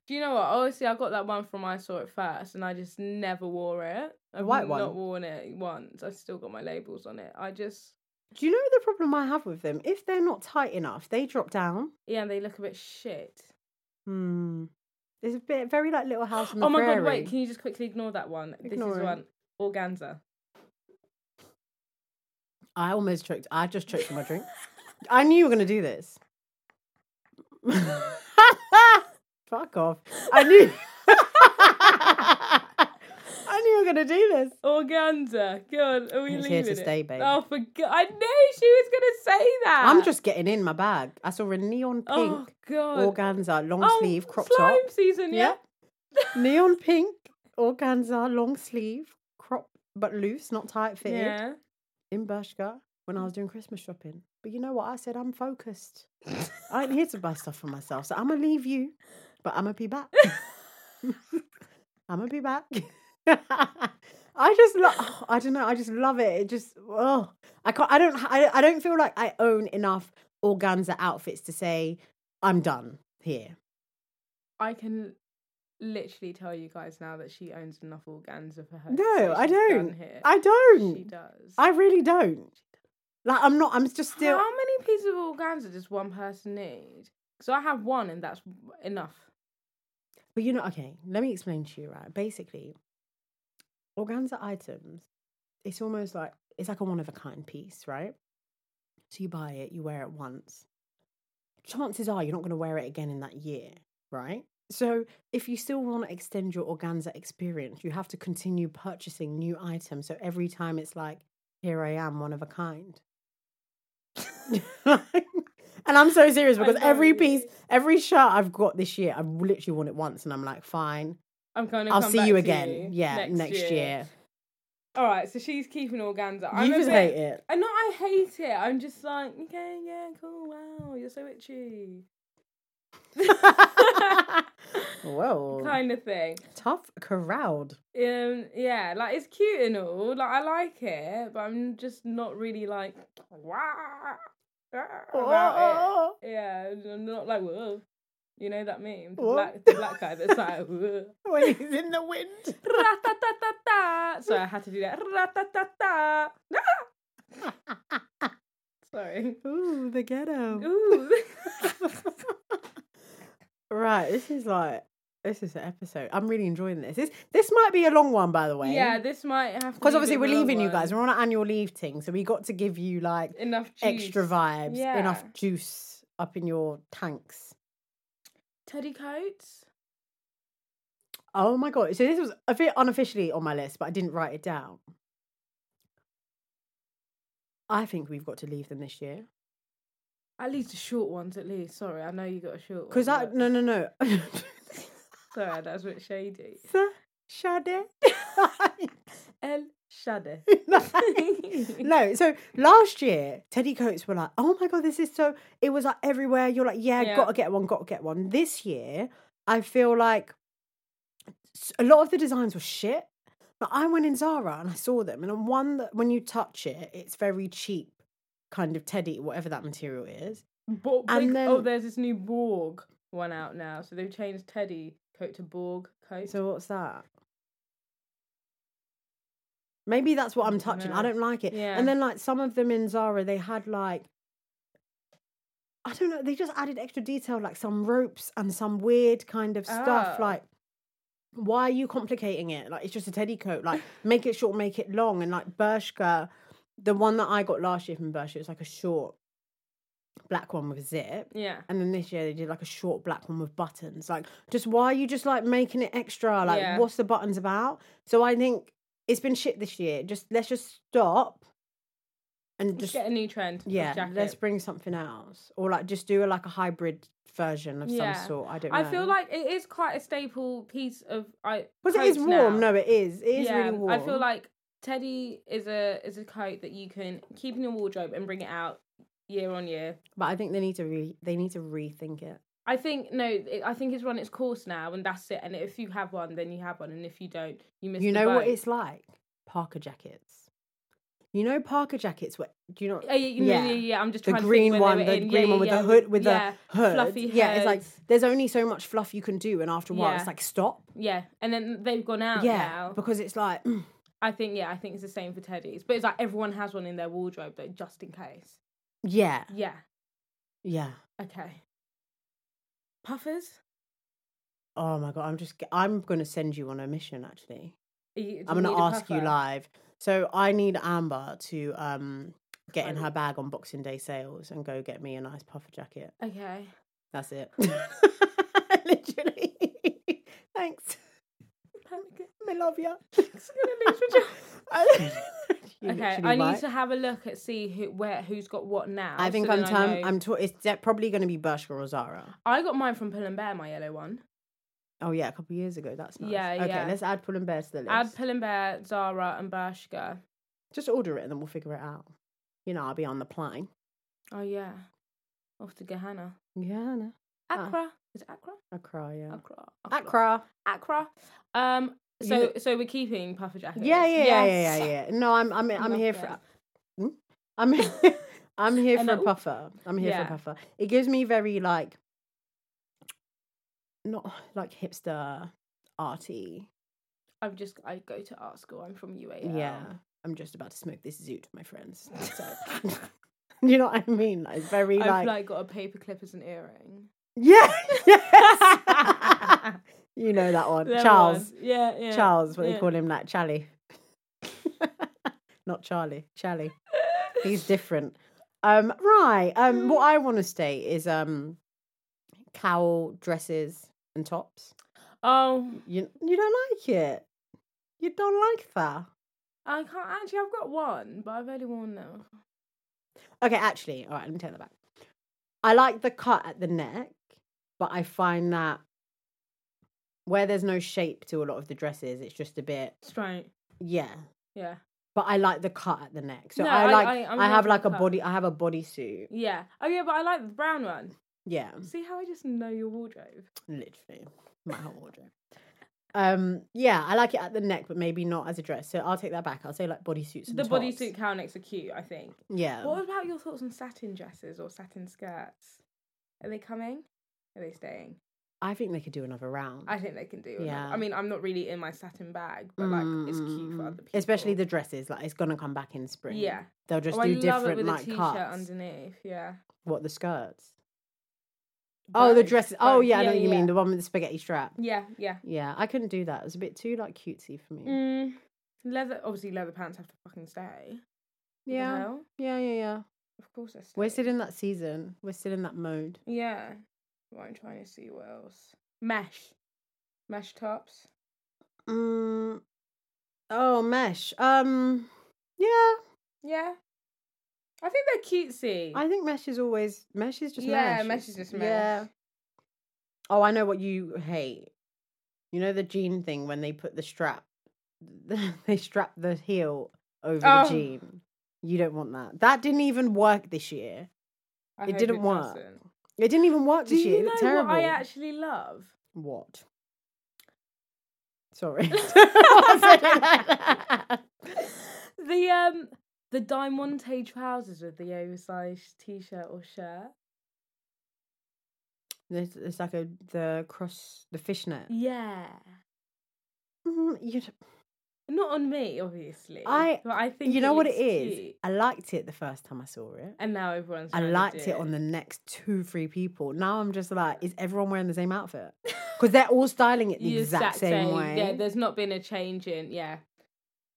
S1: Do you know what? Honestly, I got that one from I saw it first, and I just never wore it. I've
S2: white one?
S1: Not worn it once. I've still got my labels on it. I just
S2: Do you know the problem I have with them? If they're not tight enough, they drop down.
S1: yeah, they look a bit shit.
S2: Hmm. There's a bit very like little house on the
S1: Oh my god!
S2: prairie.
S1: Wait, can you just quickly ignore that one? this
S2: Ignore
S1: is
S2: it.
S1: one organza.
S2: I almost choked. I just choked on my drink. I knew you were going to do this. Fuck off. I knew. I knew you were going to do this.
S1: Organza. God, are we
S2: It's
S1: leaving
S2: here to
S1: it?
S2: stay, babe.
S1: Oh, for God! I knew she was gonna say that.
S2: I'm just getting in my bag. I saw a neon pink
S1: Ah. Oh God.
S2: organza long
S1: Oh,
S2: sleeve crop
S1: slime
S2: top.
S1: season. Yeah.
S2: neon pink organza long sleeve crop but loose, not tight fitted
S1: Yeah.
S2: in Bershka when
S1: Mm.
S2: I was doing Christmas shopping. But you know what? I said I'm focused. I ain't here to buy stuff for myself, so I'm gonna leave you, but I'm gonna be back. I'm gonna be back. I just love. I don't know. I just love it. It just oh, I can't. I don't. I, I don't feel like I own enough organza outfits to say I'm done here.
S1: I can literally tell you guys now that she owns enough organza for her. to
S2: No,
S1: say
S2: I
S1: she's done
S2: don't.
S1: here.
S2: I don't.
S1: She does.
S2: I really don't. Like I'm not. I'm just still.
S1: How many pieces of organza does one person need? So I have one, and that's enough.
S2: But you know, okay, let me explain to you, right? Basically, organza items, it's almost like it's like a one of a kind piece, right? So you buy it, you wear it once. Chances are you're not going to wear it again in that year, right? So if you still want to extend your organza experience, you have to continue purchasing new items. So every time it's like, here I am, one of a kind. and I'm so serious
S1: I
S2: because
S1: know
S2: every
S1: you.
S2: piece, every shirt I've got this year, I've literally worn it once and I'm like, fine,
S1: I'm going to.
S2: I'll
S1: come
S2: see
S1: back
S2: you
S1: to
S2: again.
S1: you
S2: yeah, next, year.
S1: All right, so she's keeping organza. I'm
S2: You
S1: a
S2: just
S1: bit-
S2: hate it.
S1: And not I hate it. I'm just like, okay, yeah, cool, wow, you're so itchy,
S2: Whoa.
S1: kind of thing.
S2: Tough crowd.
S1: Um, yeah, like it's cute and all, like I like it, but I'm just not really like wow about
S2: Oh.
S1: it. Yeah, I'm not like whoa. You know that meme, the
S2: Whoa.
S1: black, the black guy that's like. Whoa.
S2: When he's in the wind.
S1: Ra-ta-ta-ta-ta. So I had to do that. Ra-ta-ta-ta. Sorry.
S2: Ooh, the ghetto.
S1: Ooh.
S2: right, this is like this is an episode. I'm really enjoying this. This this might be a long one, by the way.
S1: yeah, this might have
S2: Because obviously we're leaving you guys. We're on an annual leave thing, so we got to give you like
S1: enough juice.
S2: extra vibes, enough
S1: Yeah.
S2: juice up in your tanks.
S1: Teddy coats.
S2: Oh my god! So this was a bit unofficially on my list, but I didn't write it down. I think we've got to leave them this year
S1: At least the short ones, at least. Sorry, I know you got a short one.
S2: because I
S1: but-
S2: no no no.
S1: Sorry, that was a bit shady.
S2: Shade.
S1: El Shade.
S2: no, so last year Teddy Coates were like, "Oh my god, this is so." It was like everywhere. You're like, "Yeah,
S1: Yeah.
S2: gotta get one, gotta get one." This year, I feel like s- a lot of the designs were shit. But I went in Zara and I saw them, and on one that when you touch it, it's very cheap kind of teddy, whatever that material is.
S1: Borg,
S2: And
S1: big- oh,
S2: then-
S1: there's this new Borg one out now. So they've changed Teddy coat to Borg coat.
S2: So what's that? Maybe that's what I'm touching. I
S1: No.
S2: don't like it.
S1: Yeah.
S2: And then like some of them in Zara, they had like I don't know, they just added extra detail, like some ropes and some weird kind of stuff.
S1: Oh.
S2: Like, why are you complicating it? Like it's just a teddy coat. Like make it short, make it long. And like Bershka, the one that I got last year from Bershka, it was like a short black one with a zip.
S1: yeah.
S2: And then this year they did like a short black one with buttons. Like, just why are you just like making it extra? Like,
S1: Yeah.
S2: what's the buttons about? So I think it's been shit this year. Just let's just stop and
S1: Just
S2: just
S1: get a new trend. of
S2: yeah,
S1: jacket.
S2: let's bring something else or like just do a, like a hybrid version of
S1: Yeah.
S2: some sort. I don't. know.
S1: I feel like it is quite a staple piece of I.
S2: because it is
S1: coats
S2: warm.
S1: now.
S2: No, it is. It is
S1: yeah,
S2: really warm.
S1: I feel like Teddy is a is a coat that you can keep in your wardrobe and bring it out year on year.
S2: but I think they need to re they need to rethink it.
S1: I think no, it, I think it's run its course now, and that's it. And if you have one, then you have one, and if you don't, you miss.
S2: you
S1: the
S2: know what
S1: boat.
S2: it's like? Parker jackets. You know Parker jackets. What do you know?
S1: Oh, yeah, you know, yeah,
S2: Yeah.
S1: yeah, I'm just
S2: the
S1: trying to
S2: green
S1: think when they
S2: one,
S1: were
S2: the
S1: in.
S2: green
S1: yeah,
S2: one with
S1: yeah,
S2: the hood, with
S1: yeah,
S2: the hood.
S1: fluffy
S2: Yeah, it's like
S1: heads.
S2: there's only so much fluff you can do, and after a while,
S1: Yeah.
S2: it's like stop.
S1: yeah, and then they've gone out
S2: yeah,
S1: now.
S2: because it's like mm,
S1: I think yeah, I think it's the same for Teddy's, but it's like everyone has one in their wardrobe though, just in case.
S2: yeah,
S1: Yeah.
S2: yeah.
S1: Okay. Puffers.
S2: Oh my god, I'm just ge- I'm gonna send you on a mission. Actually,
S1: Are you- do
S2: I'm
S1: you
S2: gonna
S1: need a
S2: ask you
S1: puffer?
S2: live. So I need Amber to um get in
S1: Find-
S2: her bag on Boxing Day sales and go get me a nice puffer jacket.
S1: Okay.
S2: That's it. Literally. Thanks. I love you.
S1: gonna lose my job. Okay, I need
S2: might.
S1: to have a look at see who where who's got what now.
S2: I think
S1: so
S2: I'm
S1: then
S2: time.
S1: know-
S2: I'm. T- it's de- probably going to be Bershka or Zara.
S1: I got mine from Pull and Bear, my yellow one.
S2: Oh yeah, a couple years ago. That's nice.
S1: Yeah,
S2: okay,
S1: yeah.
S2: let's add Pull and Bear to the list.
S1: Add Pull and Bear, Zara, and Bershka.
S2: Just order it and then we'll figure it out. You know, I'll be on the plane.
S1: Oh yeah, off to Gehenna.
S2: Yeah, I know. Ah.
S1: Accra is it Accra?
S2: I cry. Yeah.
S1: Accra.
S2: Accra.
S1: Accra. Um.
S2: You
S1: So
S2: know-
S1: so we're keeping puffer jackets.
S2: Yeah, yeah, yeah,
S1: Yes.
S2: yeah, yeah, yeah. No, I'm. I'm. I'm
S1: Love
S2: here for.
S1: them.
S2: Hmm? I'm. I'm here
S1: And
S2: for a
S1: then-
S2: puffer. I'm here
S1: Yeah.
S2: for a puffer. It gives me very like, not like hipster, arty.
S1: I've just I go to art school. I'm from UAL.
S2: Yeah. I'm just about to smoke this zoot, my friends. So, you know what I mean? Like, it's very
S1: I've
S2: like,
S1: like, got a paper clip as an earring.
S2: yeah, yes! you know that one,
S1: There
S2: Charles.
S1: was. Yeah, yeah.
S2: Charles, what
S1: yeah.
S2: they call him, like Charlie. Not Charlie, Charlie. He's different. Um, right. Um, what I want to say is um, cowl dresses and tops.
S1: Oh,
S2: You you don't like it. You don't like that.
S1: I can't actually. I've got one, but I've only worn now.
S2: Okay, actually, all right, let me take that back. I like the cut at the neck, but I find that where there's no shape to a lot of the dresses, it's just a bit,
S1: Straight.
S2: yeah.
S1: Yeah.
S2: But I like the cut at the neck. So
S1: No,
S2: I
S1: I-
S2: like,
S1: I-
S2: I,
S1: I'm here
S2: have
S1: for
S2: like
S1: the
S2: a
S1: cut.
S2: body, I have a bodysuit.
S1: Yeah. Oh yeah, but I like the brown one.
S2: Yeah,
S1: See how I just know your wardrobe.
S2: literally, my whole wardrobe. Um, yeah, I like it at the neck, but maybe not as a dress. So I'll take that back. I'll say like bodysuits. and
S1: the
S2: tops. Um,
S1: bodysuit cownicks are cute. I think.
S2: Yeah.
S1: What about your thoughts on satin dresses or satin skirts? Are they coming? Are they staying?
S2: I think they could do another round.
S1: I think they can do. Yeah.
S2: Yeah.
S1: I mean, I'm not really in my satin bag, but like it's cute for
S2: Mm,
S1: other people.
S2: Especially the dresses. Like it's gonna come back in spring.
S1: Yeah.
S2: They'll just
S1: oh,
S2: do
S1: I love it
S2: different
S1: with a
S2: like
S1: t-shirt
S2: cuts.
S1: underneath. Yeah.
S2: What the skirts? Oh, the
S1: Both,
S2: dresses. Oh
S1: both.
S2: yeah, I know what you
S1: yeah. Mm.
S2: mean. The one with the spaghetti strap.
S1: Yeah, yeah.
S2: Yeah, I couldn't do that. It was a bit too like cutesy for me.
S1: Mm, leather. Obviously, leather pants have to fucking stay. What the
S2: Yeah,
S1: hell?
S2: yeah, yeah, yeah.
S1: Of course, they're
S2: We're
S1: staying.
S2: still in that season. We're still in that mode.
S1: Yeah. What I'm trying to see what else. Mesh. Mesh tops.
S2: Mm. Oh, mesh. Um, yeah.
S1: Yeah. I think they're cutesy.
S2: I think mesh is always mesh is just
S1: yeah,
S2: mesh.
S1: mesh
S2: It's-
S1: is just mesh.
S2: Yeah. Oh, I know what you hate. You know the jean thing when they put the strap, they strap the heel over
S1: Oh.
S2: the jean. You don't want that. That didn't even work this year.
S1: I
S2: It
S1: hope
S2: didn't work.
S1: doesn't.
S2: It didn't even work
S1: Do
S2: this year.
S1: you
S2: It
S1: know
S2: looked terrible.
S1: what I actually love?
S2: What? Sorry. Why said it like that?
S1: the um the diamante trousers with the oversized t-shirt or shirt.
S2: It's, it's like a the cross the fishnet.
S1: Yeah.
S2: Mm, you d-
S1: Not on me, obviously.
S2: I-
S1: but I think
S2: you know what it
S1: looks
S2: is.
S1: cute.
S2: I liked it the first time I saw it.
S1: And now everyone's.
S2: I
S1: trying to
S2: liked
S1: do
S2: it on the next two three people. Now I'm just like, is everyone wearing the same outfit? Because they're all styling it the
S1: You
S2: exact, same, way.
S1: Yeah, there's not been a change in yeah.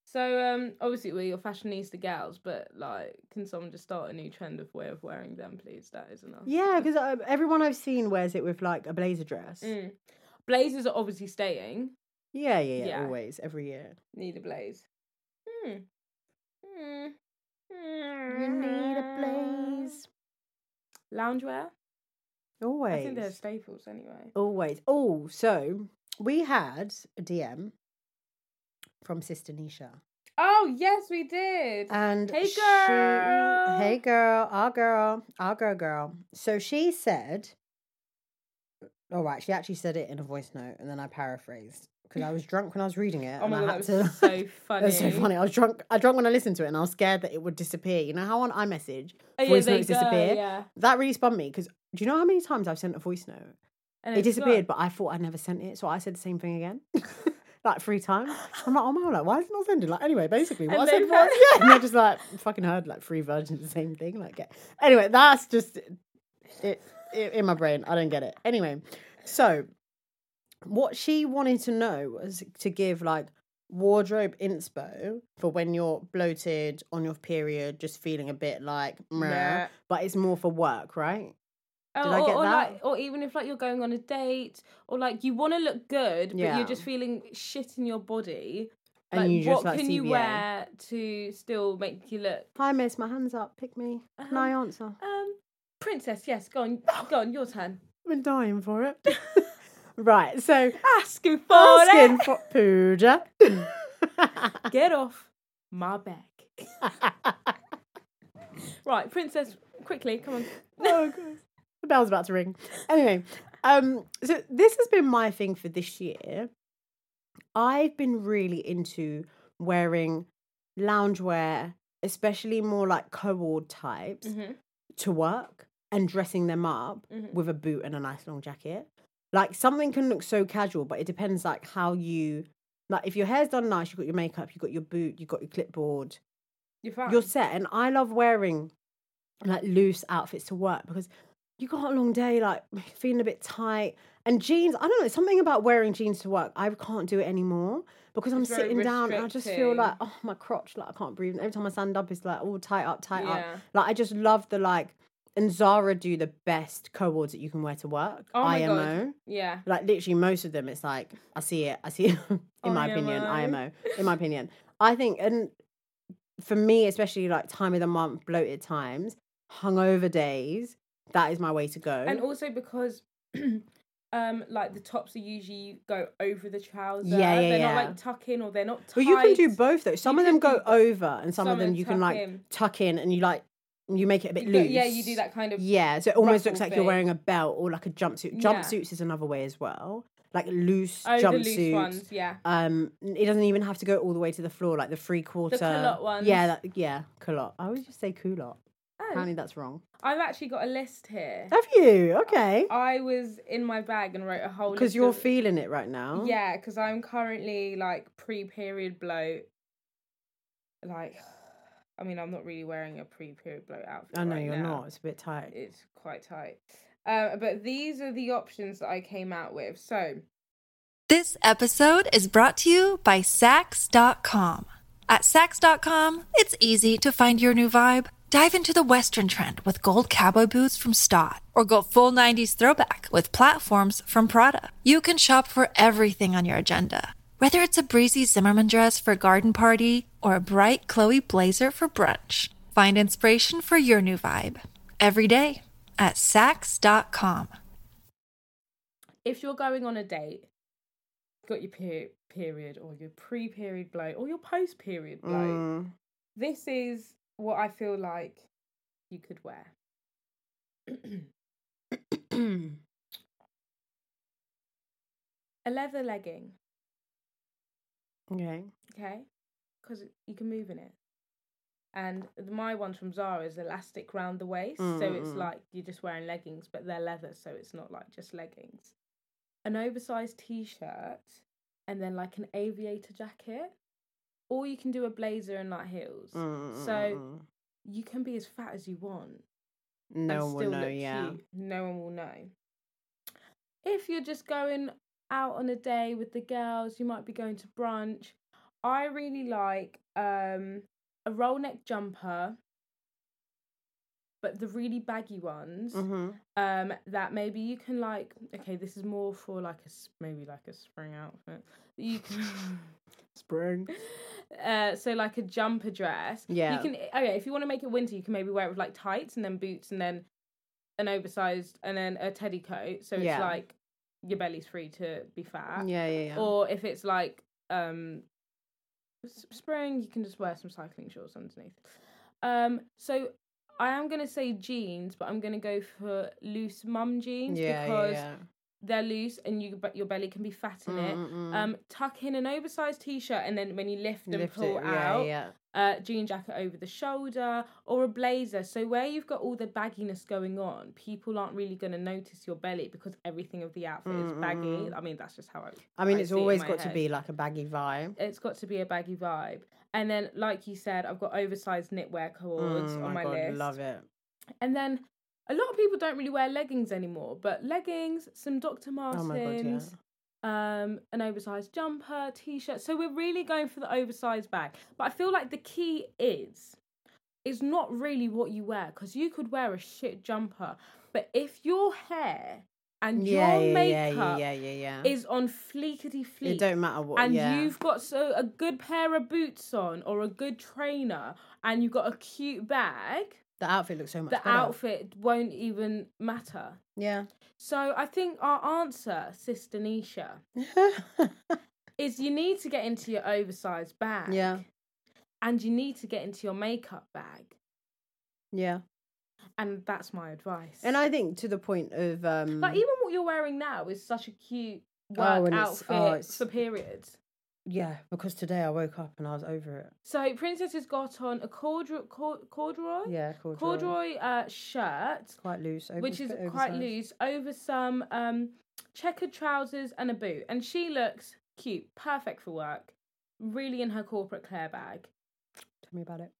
S1: So um, obviously we're your fashionista gals, but like, can someone just start a new trend of way of wearing them, please? That is enough.
S2: Yeah, because everyone I've seen wears it with like a blazer dress.
S1: Mm. Blazers are obviously staying.
S2: Yeah, yeah, yeah,
S1: Yeah.
S2: Always, every year.
S1: Need a blaze. Hmm. Hmm.
S2: You need a blaze.
S1: Hmm. Loungewear.
S2: Always.
S1: I think they're staples anyway.
S2: Always. Oh, so we had a DM from Sister Nisha.
S1: Oh yes, we did.
S2: And
S1: Hey,
S2: she-
S1: girl.
S2: hey girl, our girl, our girl girl. So she said all right, she actually said it in a voice note and then I paraphrased because I was drunk when I was reading it.
S1: oh
S2: and
S1: my
S2: I
S1: god, that
S2: had
S1: was
S2: to
S1: so funny.
S2: That's so funny. I was drunk. I drunk when I listened to it, and I was scared that it would disappear. You know how on iMessage
S1: Oh, yeah,
S2: voice
S1: they
S2: notes
S1: go,
S2: disappear.
S1: Yeah.
S2: That really spun me because do you know how many times I've sent a voice note?
S1: And
S2: It
S1: it's gone.
S2: disappeared, but I thought I never sent it, so I said the same thing again, like three times. I'm like, oh my god, like, why is it not sending? Like anyway, basically what
S1: And
S2: I said
S1: they've
S2: was
S1: heard-
S2: yeah, and I just like fucking heard like three versions of the same thing. Like yeah. anyway, that's just it, it in my brain. I don't get it. Anyway, so what she wanted to know was to give like wardrobe inspo for when you're bloated on your period, just feeling a bit like meh,
S1: Nah.
S2: but it's more for work, right?
S1: Oh,
S2: Did I
S1: or,
S2: get
S1: or
S2: that?
S1: like, or even if like you're going on a date, or like you want to look good, but
S2: Yeah.
S1: you're just feeling shit in your body.
S2: And
S1: like,
S2: you just
S1: what
S2: like
S1: can you
S2: CBA.
S1: wear to still make you look?
S2: Hi, miss. My hand's up. Pick me. Can I answer?
S1: Um, princess, yes, go on, go on, your turn.
S2: I've been dying for it. right. So,
S1: Asking for
S2: asking
S1: it.
S2: for Oh, Pooja.
S1: Get off my back. Right, princess, quickly, come on.
S2: oh, God. The bell's about to ring. Anyway, um, so this has been my thing for this year. I've been really into wearing loungewear, especially more like co-ord types,
S1: Mhm.
S2: to work and dressing them up
S1: Mhm.
S2: with a boot and a nice long jacket. Like something can look so casual, but it depends like how you like if your hair's done nice, you've got your makeup, you've got your boot, you've got your clipboard,
S1: You're fine.
S2: you're set. And I love wearing like loose outfits to work because you got a long day, like feeling a bit tight. And jeans, I don't know, something about wearing jeans to work, I can't do it anymore because I'm
S1: It's very
S2: sitting down and I just feel
S1: restricting.
S2: like, oh, my crotch, like I can't breathe. And every time I stand up, it's like all tight up, tight
S1: Yeah.
S2: up. Like I just love the like, and Zara do the best co-ords that you can wear to work.
S1: Oh my God.
S2: IMO
S1: Yeah.
S2: like literally most of them it's like i see it i see it in my opinion
S1: IMO.
S2: imo in my opinion i think and for me especially like time of the month bloated times hungover days that is my way to go
S1: and also because um like the tops are usually go over the trousers
S2: yeah,
S1: they're
S2: yeah.
S1: not like tuck in or they're not tight.
S2: well you can do both though some
S1: You
S2: of them
S1: can
S2: go
S1: do both.
S2: over and some, of
S1: Some
S2: them
S1: and
S2: you can
S1: tuck
S2: like
S1: in.
S2: tuck in and you like you make it a bit
S1: You go-
S2: loose
S1: yeah you do that kind of
S2: yeah so it almost looks
S1: ruffle
S2: like you're
S1: thing.
S2: wearing a belt or like a jumpsuit
S1: Yeah.
S2: jumpsuits is another way as well like loose
S1: oh the
S2: jumpsuits
S1: loose ones yeah
S2: Um, it doesn't even have to go all the way to the floor, like the three quarter.
S1: culotte ones.
S2: Yeah, that, yeah, culotte. I always just say culotte.
S1: oh,
S2: Apparently, that's wrong.
S1: i've actually got a list here
S2: Have you? Okay.
S1: i was in my bag and wrote a whole
S2: Because
S1: list
S2: you're
S1: of-
S2: feeling it right now.
S1: oh, yeah because i'm currently like pre-period bloat like i mean i'm not really wearing a pre-period bloat outfit
S2: I know
S1: right
S2: you're
S1: now.
S2: not. It's a bit tight.
S1: it's quite tight uh, but these are the options that i came out with so
S3: This episode is brought to you by Sax.com. At Sax.com, it's easy to find your new vibe. Dive into the Western trend with gold cowboy boots from Stott, or go full 90s throwback with platforms from Prada. You can shop for everything on your agenda, whether it's a breezy Zimmerman dress for a garden party or a bright Chloe blazer for brunch. Find inspiration for your new vibe every day at Sax.com.
S1: if you're going on a date, got your per- period or your pre period blow or your post period blow,
S2: Mm.
S1: this is what I feel like you could wear. a leather legging,
S2: Okay.
S1: okay? Because you can move in it. And th- my one's from Zara is elastic round the waist, so it's
S2: Mm.
S1: like you're just wearing leggings, but they're leather, so it's not like just leggings. An oversized t-shirt, and then like an aviator jacket, or you can do a blazer and like heels.
S2: Mm, mm,
S1: So
S2: mm.
S1: you can be as fat as you want. and
S2: no one
S1: still
S2: will know.
S1: look
S2: Yeah.
S1: cute. No one will know. If you're just going out on a day with the girls, you might be going to brunch. I really like um, a roll neck jumper, but the really baggy ones
S2: Mm-hmm.
S1: um that maybe you can like okay this is more for like a s- maybe like a spring outfit you
S2: Mm-hmm.
S1: can
S2: Spring.
S1: uh so like a jumper dress
S2: Yeah.
S1: you can okay if you want to make it winter you can maybe wear it with like tights and then boots and then an oversized and then a teddy coat so it's
S2: Yeah.
S1: like your belly's free to be fat
S2: Yeah, yeah, yeah.
S1: or if it's like um s- spring you can just wear some cycling shorts underneath um so i am going to say jeans but i'm going to go for loose mum jeans
S2: yeah,
S1: because
S2: yeah,
S1: they're loose and you but your belly can be fat
S2: yeah.
S1: in it
S2: Mm, mm, mm.
S1: um tuck in an oversized t-shirt and then when you lift and
S2: Lift
S1: pull
S2: it.
S1: out
S2: Yeah, yeah.
S1: uh, jean jacket over the shoulder or a blazer. So where you've got all the bagginess going on, people aren't really going to notice your belly because everything of the outfit is baggy.
S2: Mm-mm.
S1: I mean, that's just how I.
S2: I mean,
S1: I
S2: it's
S1: see it in
S2: always
S1: my
S2: got
S1: head.
S2: to be like a baggy vibe.
S1: It's got to be a baggy vibe. And then, like you said, I've got oversized knitwear cords
S2: Mm,
S1: Oh, on my
S2: my God,
S1: list.
S2: Love it.
S1: And then a lot of people don't really wear leggings anymore, but leggings, some Dr.
S2: Oh
S1: Martens.
S2: my God, yeah.
S1: Um, an oversized jumper, t-shirt. So we're really going for the oversized bag. But I feel like the key is, is not really what you wear because you could wear a shit jumper, but if your hair and
S2: Yeah,
S1: your
S2: yeah, yeah,
S1: makeup
S2: yeah, yeah, yeah, yeah.
S1: is on fleekety
S2: It
S1: fleek,
S2: don't matter what.
S1: and
S2: yeah.
S1: you've got so a good pair of boots on or a good trainer, and you've got a cute bag,
S2: the outfit looks so much
S1: the
S2: better.
S1: outfit won't even matter.
S2: Yeah.
S1: So I think our answer, Sister Nisha, is you need to get into your oversized bag.
S2: yeah.
S1: And you need to get into your makeup bag.
S2: Yeah.
S1: And that's my advice.
S2: And I think to the point of um
S1: like even what you're wearing now is such a cute
S2: Oh,
S1: work
S2: and it's-
S1: outfit
S2: oh, it's-
S1: for periods.
S2: yeah, because today I woke up and I was over it.
S1: So Princess has got on a corduroy corduroy,
S2: Yeah, corduroy.
S1: corduroy uh, shirt,
S2: It's quite loose. Over,
S1: which is
S2: it's a bit
S1: quite
S2: oversized.
S1: loose, over some um, checkered trousers and a boot. And she looks cute, perfect for work, really in her corporate Claire bag.
S2: Tell me about it.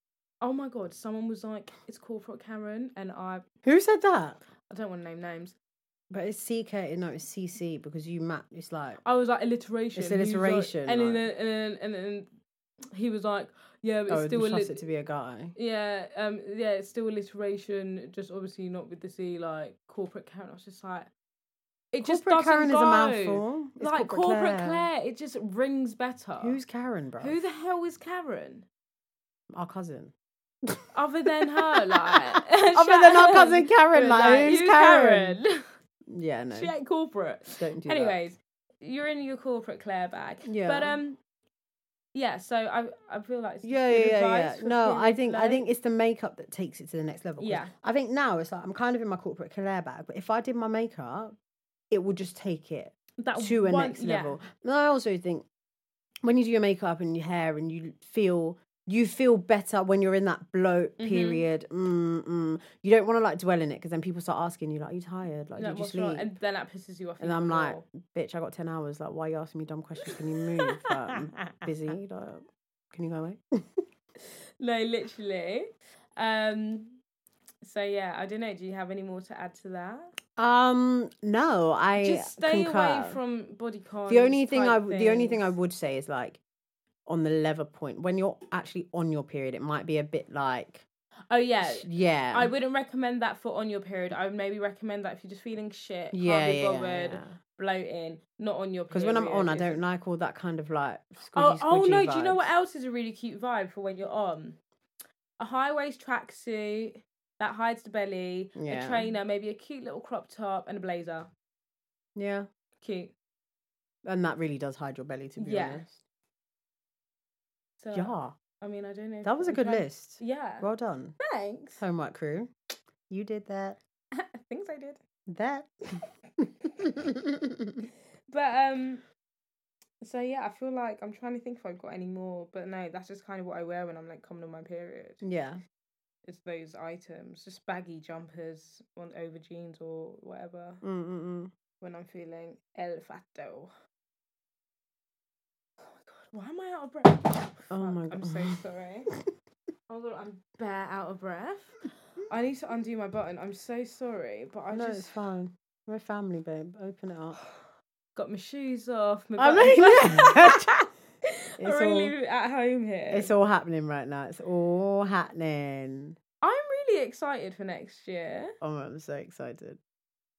S1: Oh my god, someone was like, it's corporate Karen, and I,
S2: Who said that?
S1: I don't want to name names.
S2: But it's CK, no, it's CC because you map. It's like
S1: I was like, alliteration.
S2: It's
S1: He was like-
S2: alliteration,
S1: and, then,
S2: like-
S1: and, then, and then he was like, yeah, but it's
S2: oh, you
S1: still a
S2: trust it to be a guy.
S1: Yeah, um, yeah, it's still alliteration, just obviously not with the C, like corporate Karen. I was just like, it just
S2: corporate
S1: doesn't
S2: Karen
S1: go.
S2: is a mouthful. It's
S1: like corporate, Claire. it just rings better.
S2: Who's Karen, bro?
S1: Who the hell is Karen?
S2: our cousin?
S1: Other than her, like
S2: Other than our cousin Karen,
S1: But,
S2: like, who's Karen?
S1: Karen?
S2: Yeah, no,
S1: she ain't corporate.
S2: don't do
S1: Anyways, you're in your corporate Claire bag.
S2: Yeah.
S1: But um, yeah. So I I feel like it's
S2: that. Yeah,
S1: good
S2: yeah, yeah,
S1: advice
S2: yeah.
S1: for
S2: No, I
S1: periods,
S2: think I
S1: like-
S2: think it's the makeup that takes it to the next level. 'cause
S1: Yeah.
S2: I think now it's like I'm kind of in my corporate Claire bag, but if I did my makeup, it would just take it
S1: that
S2: to a
S1: Uh, one-
S2: next
S1: yeah.
S2: level. And I also think when you do your makeup and your hair and you feel you feel better when you're in that bloat
S1: Mhm.
S2: period. Mm, mm. You don't want to like dwell in it because then people start asking you like, "Are you tired? Like,
S1: Like,
S2: did you
S1: what's
S2: sleep?"
S1: wrong? And then that pisses you off.
S2: And
S1: even
S2: I'm like,
S1: more.
S2: "Bitch, I got ten hours. Like, why are you asking me dumb questions? Can you move? Like, I'm busy. Like, can you go away?"
S1: no, literally. Um. So yeah, I don't know. Do you have any more to add to that?
S2: um, no, I
S1: Just stay away
S2: concur.
S1: from body cons.
S2: the only thing
S1: type
S2: I w- the only thing I
S1: things.
S2: would say is like on the lever point when you're actually on your period, it might be a bit like
S1: Oh yeah.
S2: yeah,
S1: I wouldn't recommend that for on your period. I would maybe recommend that if you're just feeling shit,
S2: yeah,
S1: can't be
S2: yeah,
S1: bothered, bloating, not on your period.
S2: Because when I'm on, I
S1: It's-
S2: don't like all that kind of like.
S1: Oh,
S2: squidgy,
S1: oh
S2: squidgy
S1: no! Do you know what
S2: vibes.
S1: else is a really cute vibe for when you're on? A high waist tracksuit that hides the belly,
S2: Yeah.
S1: a trainer, maybe a cute little crop top, and a blazer.
S2: Yeah,
S1: Cute.
S2: and that really does hide your belly, to be
S1: Yeah.
S2: honest.
S1: So
S2: Yeah,
S1: I mean, I don't know. if-
S2: that was a
S1: would you
S2: good
S1: like-
S2: list.
S1: Yeah.
S2: Well done,
S1: Thanks.
S2: homework crew. You did that.
S1: Things I did.
S2: That.
S1: But um, So yeah, I feel like I'm trying to think if I've got any more, but no, that's just kind of what I wear when I'm like coming on my period.
S2: Yeah.
S1: It's those items, just baggy jumpers on over jeans or whatever
S2: Mm-mm-mm.
S1: when I'm feeling el fatto. Oh my god, why am I out of breath?
S2: Oh my
S1: Fuck, I'm so
S2: God.
S1: sorry. oh god, I'm bare out of breath. I need to undo my button. I'm so sorry, but I
S2: no, it's
S1: just
S2: fine. We're family, babe. Open it up.
S1: got my shoes off. My
S2: I
S1: button's
S2: mean,
S1: off. I'm
S2: It's
S1: really at home here.
S2: It's all happening right now. It's all happening.
S1: I'm really excited for next year.
S2: Oh, I'm so excited.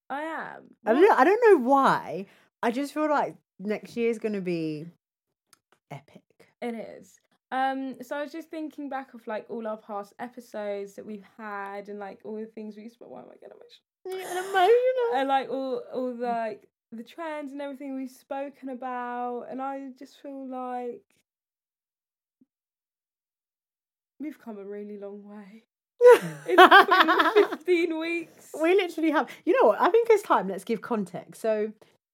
S1: I am.
S2: I
S1: What-
S2: don't, know, I don't know why. I just feel like next year's going to be epic.
S1: It is. Um, so I was just thinking back of like all our past episodes that we've had and like all the things we spoke. Why am I getting emotional?
S2: And emotional.
S1: And Uh, like all all the like the trends and everything we've spoken about, and I just feel like we've come a really long way. It's been fifteen weeks.
S2: We literally have. You know what? I think it's time. Let's give context. So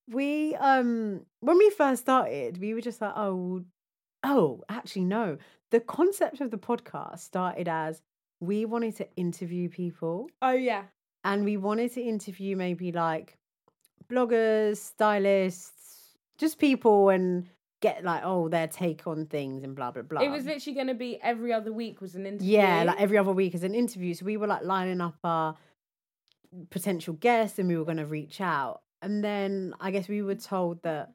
S2: we, um, when we first started, we were just like, oh, well- oh, actually, no. The concept of the podcast started as we wanted to interview people,
S1: oh yeah,
S2: and we wanted to interview maybe like bloggers, stylists, just people, and get like, oh, their take on things and blah blah blah.
S1: it was literally going to be every other week was an interview.
S2: Yeah, like every other week is an interview. So we were like lining up our potential guests and we were going to reach out. And then I guess we were told that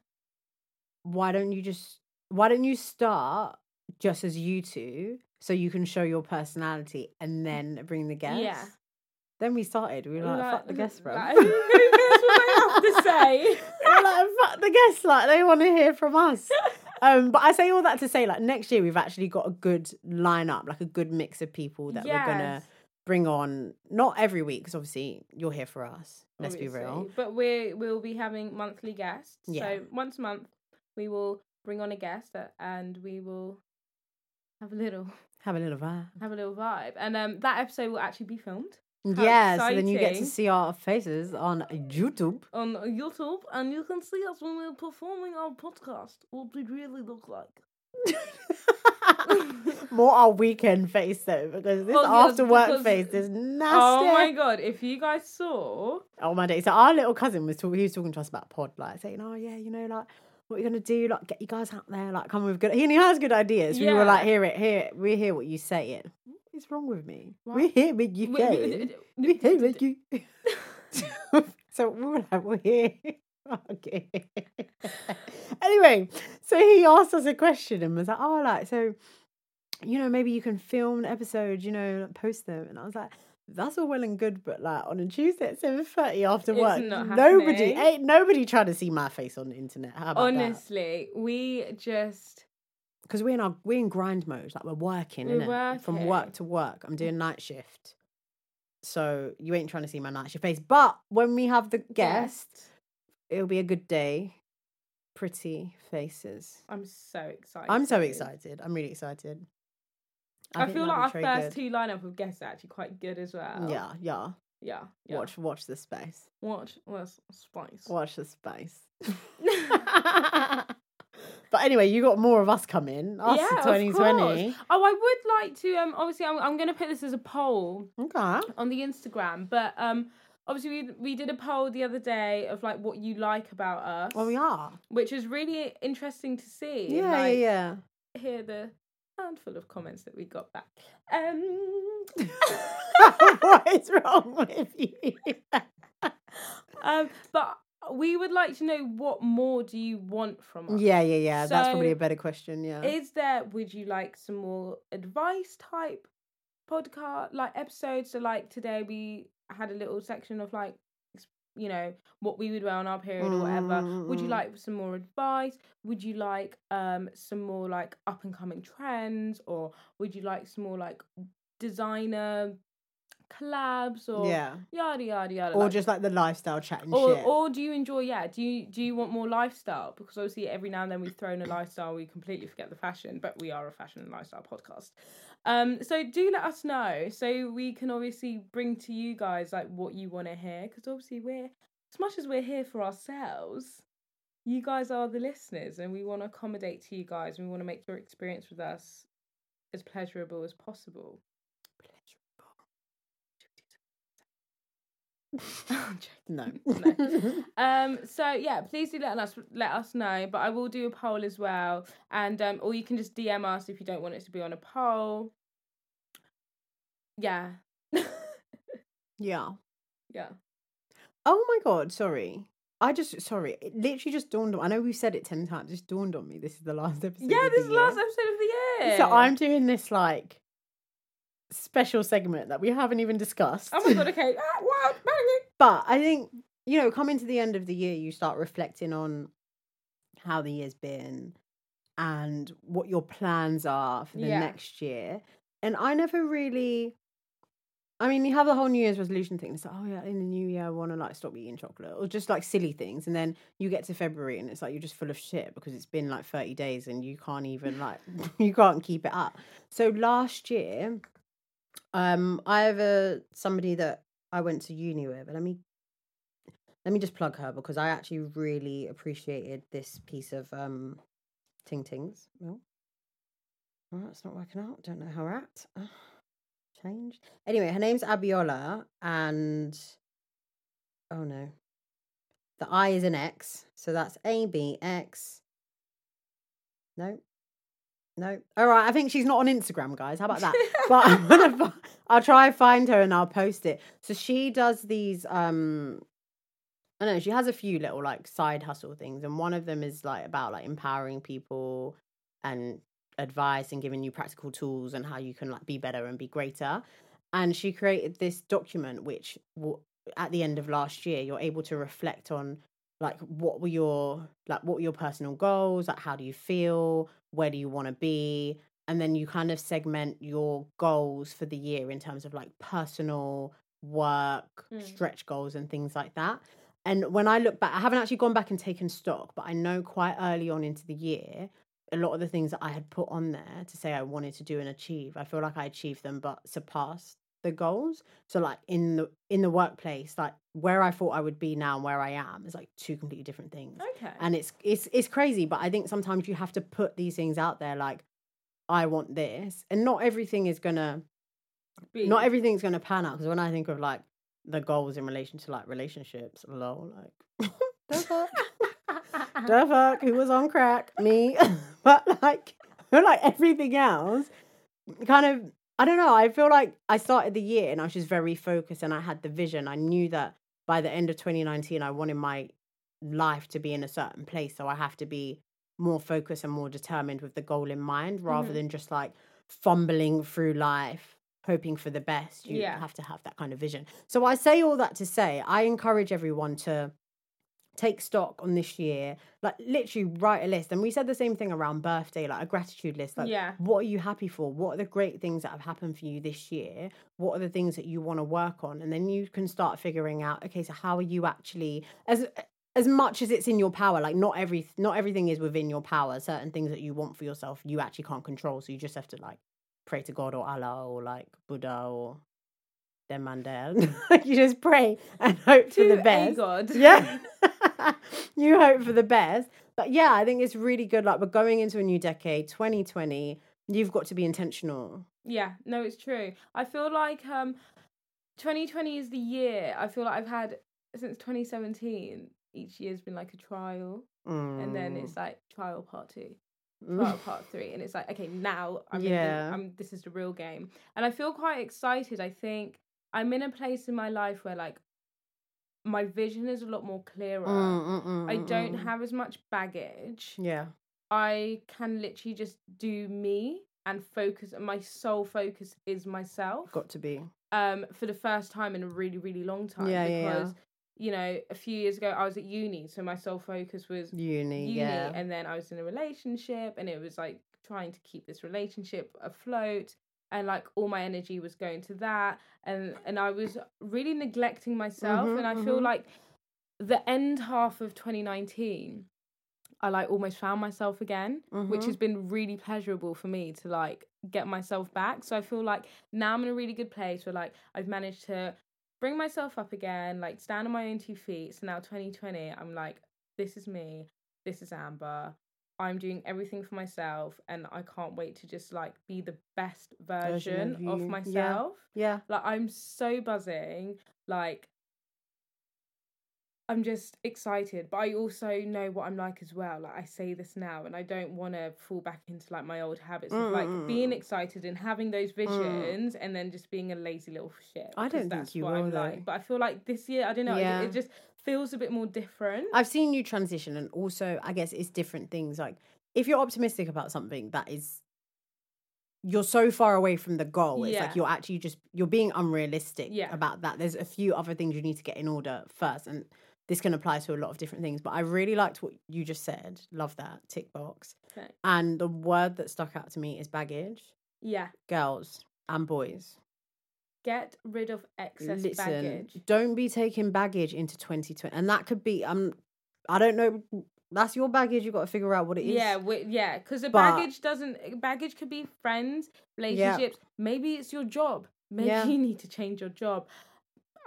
S2: why don't you just, why don't you start just as you two so you can show your personality and then bring the guests?
S1: Yeah.
S2: Then we started. We were like,
S1: Like,
S2: fuck the guests, bro.
S1: like, who cares what they have to say?
S2: We're like, fuck the guests. Like, they want to hear from us. Um, but I say all that to say, like, next year we've actually got a good lineup, like a good mix of people that we're going to
S1: Yes.
S2: bring on not every week because obviously you're here for us let's be real
S1: obviously. But we we'll be having monthly guests.
S2: Yeah.
S1: So once a month, we will bring on a guest a- and we will have a little
S2: have a little vibe
S1: have a little vibe. And um, that episode will actually be filmed
S2: yeah so then you get to
S1: exciting.
S2: see our faces on youtube
S1: on YouTube, and you can see us when we're performing our podcast. What we really look like.
S2: more our weekend face though because this
S1: Oh, yeah,
S2: after work
S1: because-
S2: face is nasty
S1: Oh my god! If you guys saw,
S2: Oh my day. So our little cousin was talking he was talking to us about pod, like saying, Oh yeah, you know, like what you're gonna do, like get you guys out there, like come with good he has good ideas. We were like,
S1: Yeah.
S2: hear it, hear it, we hear what you say it. What is wrong with me?
S1: Why-
S2: We hear what you
S1: we-
S2: say. We hear what you So we were like, we're here. Okay. anyway, so he asked us a question and was like, Oh, like, so you know, maybe you can film an episode, you know, like, post them. And I was like, that's all well and good, but like on a Tuesday at seven thirty after
S1: It's
S2: work,
S1: not
S2: nobody
S1: happening.
S2: ain't nobody trying to see my face on the internet. How about
S1: honestly, we just
S2: because we're in our we're in grind mode, like we're working,
S1: We're
S2: innit? from
S1: working.
S2: work to work. I'm doing night shift, so you ain't trying to see my night shift face. But when we have the guest, it'll be a good day. Pretty faces.
S1: I'm so excited.
S2: I'm so excited. I'm really excited.
S1: I,
S2: think
S1: feel
S2: that'll
S1: like
S2: be
S1: our
S2: very
S1: first
S2: good.
S1: two lineup of guests are actually quite good as well.
S2: Yeah, yeah.
S1: Yeah. yeah.
S2: Watch, watch the space.
S1: Watch. was spice.
S2: Watch the space. but anyway, you got more of us coming after
S1: Yeah, of
S2: 2020.
S1: Oh, I would like to. Um, obviously, I'm, I'm going to put this as a poll
S2: Okay.
S1: on the Instagram, but um, obviously we we did a poll the other day of like what you like about us.
S2: Well, we are.
S1: Which is really interesting to see.
S2: Yeah,
S1: like,
S2: yeah, yeah.
S1: Hear the handful of comments that we got back. Um.
S2: what is wrong with you?
S1: um. But we would like to know what more do you want from us.
S2: yeah, yeah, yeah. That's
S1: So,
S2: probably a better question. Yeah.
S1: Is there would you like some more advice type podcast like episodes? So like today we had a little section of like ex- you know what we would wear on our period or whatever. Would you
S2: Mm.
S1: like some more advice? Would you like um some more like up and coming trends or would you like some more like designer collabs or
S2: yeah.
S1: yada yada yada
S2: Or
S1: like-
S2: just like the lifestyle chat and
S1: or,
S2: shit.
S1: or do you enjoy yeah do you do you want more lifestyle because obviously every now and then we've thrown a lifestyle we completely forget the fashion but we are a fashion and lifestyle podcast um so do let us know so we can obviously bring to you guys like what you want to hear because obviously we're as much as we're here for ourselves you guys are the listeners and we want to accommodate to you guys. We want to make your experience with us as pleasurable as possible. Pleasurable. I'm joking.
S2: No.
S1: No. Um, so yeah, please do let us let us know. But I will do a poll as well, and um, or you can just DM us if you don't want it to be on a poll. Yeah,
S2: yeah.
S1: yeah.
S2: Oh my god, sorry. I just sorry, it literally just dawned on I know we've said it ten times, it just dawned on me this is the last episode.
S1: Yeah,
S2: of
S1: this is
S2: the
S1: the last
S2: year.
S1: episode of the year.
S2: So I'm doing this like special segment that we haven't even discussed.
S1: Oh my god! Okay. Ah, wow, bang it.
S2: but I think, you know, coming to the end of the year, you start reflecting on how the year's been and what your plans are for the
S1: Yeah.
S2: next year. And I never really, I mean, you have the whole New Year's resolution thing. It's like, oh, yeah, in the new year, I want to like stop eating chocolate or just like silly things. And then you get to February and it's like you're just full of shit because it's been like 30 days and you can't even like, you can't keep it up. So last year, um, I have a somebody that I went to uni with, but let me let me just plug her because I actually really appreciated this piece of um ting tings. No, well, that's not working out. Don't know how we're at. Ah, Changed. Anyway, her name's Abiola, and oh no, the I is an X, so that's A B X. No. No. All right. I think she's not on Instagram, guys. How about that? but um, I'm gonna, fi- I'll try and find her and I'll post it. So she does these. um I don't know she has a few little like side hustle things, and one of them is like about like empowering people and advice and giving you practical tools and how you can like be better and be greater. And she created this document, which w- at the end of last year, you're able to reflect on like what were your like what were your personal goals, like how do you feel, where do you want to be, and then you kind of segment your goals for the year in terms of like personal work
S1: Mm.
S2: stretch goals and things like that and when i look back i haven't actually gone back and taken stock but i know quite early on into the year a lot of the things that i had put on there to say i wanted to do and achieve i feel like i achieved them but surpassed the goals so like in the in the workplace like where i thought i would be now and where i am is like two completely different things
S1: Okay.
S2: and it's it's it's crazy but i think sometimes you have to put these things out there like i want this and not everything is gonna
S1: B.
S2: not everything's gonna pan out because when i think of like the goals in relation to like relationships lol like the fuck the fuck who was on crack me but like I feel like everything else kind of i don't know i feel like i started the year and i was just very focused and i had the vision i knew that by the end of 2019 i wanted my life to be in a certain place so i have to be more focused and more determined with the goal in mind rather
S1: Mhm.
S2: than just like fumbling through life hoping for the best you
S1: Yeah.
S2: have to have that kind of vision so i say all that to say i encourage everyone to take stock on this year like literally write a list and we said the same thing around birthday like a gratitude list like
S1: Yeah.
S2: what are you happy for what are the great things that have happened for you this year what are the things that you want to work on and then you can start figuring out okay so how are you actually as as much as it's in your power like not every not everything is within your power certain things that you want for yourself you actually can't control so you just have to like pray to god or allah or like buddha or their man there. you just pray and hope for
S1: to
S2: the
S1: A
S2: best
S1: god.
S2: yeah. you hope for the best. But yeah, I think it's really good. Like, we're going into a new decade, 2020. You've got to be intentional.
S1: Yeah, no, it's true. I feel like um, 2020 is the year. I feel like I've had since 2017. Each year's been like a trial, and then
S2: Mm.
S1: it's like trial part two,
S2: Mm.
S1: trial part three, and it's like okay, now I'm yeah,
S2: Yeah.
S1: I'm, this is the real game, and I feel quite excited. I think I'm in a place in my life where like my vision is a lot more clearer.
S2: Mm, mm, mm,
S1: I
S2: mm,
S1: don't
S2: mm.
S1: have as much baggage.
S2: Yeah.
S1: I can literally just do me and focus and my sole focus is myself.
S2: Got to be.
S1: Um for the first time in a really, really long time.
S2: Yeah, yeah, yeah.
S1: because you know, a few years ago I was at uni, so my sole focus was
S2: Uni.
S1: uni
S2: yeah.
S1: and then I was in a relationship and it was like trying to keep this relationship afloat and like all my energy was going to that and and I was really neglecting myself
S2: Mhm,
S1: and I feel
S2: mhm.
S1: like the end half of 2019 I like almost found myself again which
S2: Mhm.
S1: has been really pleasurable for me to like get myself back so I feel like now I'm in a really good place where like I've managed to bring myself up again like stand on my own two feet so now 2020 I'm like this is me this is Amber. I'm doing everything for myself and I can't wait to just like be the best
S2: Version
S1: version,
S2: of
S1: of,
S2: you. Yeah.
S1: myself.
S2: Yeah.
S1: Like I'm so buzzing. Like I'm just excited, but I also know what I'm like as well. Like I say this now, and I don't want to fall back into like my old habits of like
S2: Mm.
S1: being excited and having those visions, and then just being a lazy little shit.
S2: I don't
S1: because
S2: think
S1: that's
S2: you
S1: what
S2: will,
S1: I'm
S2: though.
S1: like. But I feel like this year, I don't know. it-
S2: Yeah.
S1: It, just feels a bit more different.
S2: I've seen you transition, and also, I guess it's different things. Like, if you're optimistic about something, that is, you're so far away from the goal. It's
S1: Yeah.
S2: like you're actually just you're being unrealistic
S1: Yeah.
S2: about that. There's a few other things you need to get in order first, and this can apply to a lot of different things. But I really liked what you just said. Love that tick box.
S1: Thanks.
S2: And the word that stuck out to me is baggage,
S1: yeah,
S2: girls and boys.
S1: get rid of excess
S2: Listen,
S1: baggage.
S2: don't be taking baggage into 2020, and that could be um, I don't know. That's your baggage. You got to figure out what it is.
S1: Yeah, we, yeah, because the
S2: But-
S1: baggage doesn't. eh, Baggage could be friends, relationships. Maybe it's your job. Maybe
S2: Yeah.
S1: you need to change your job.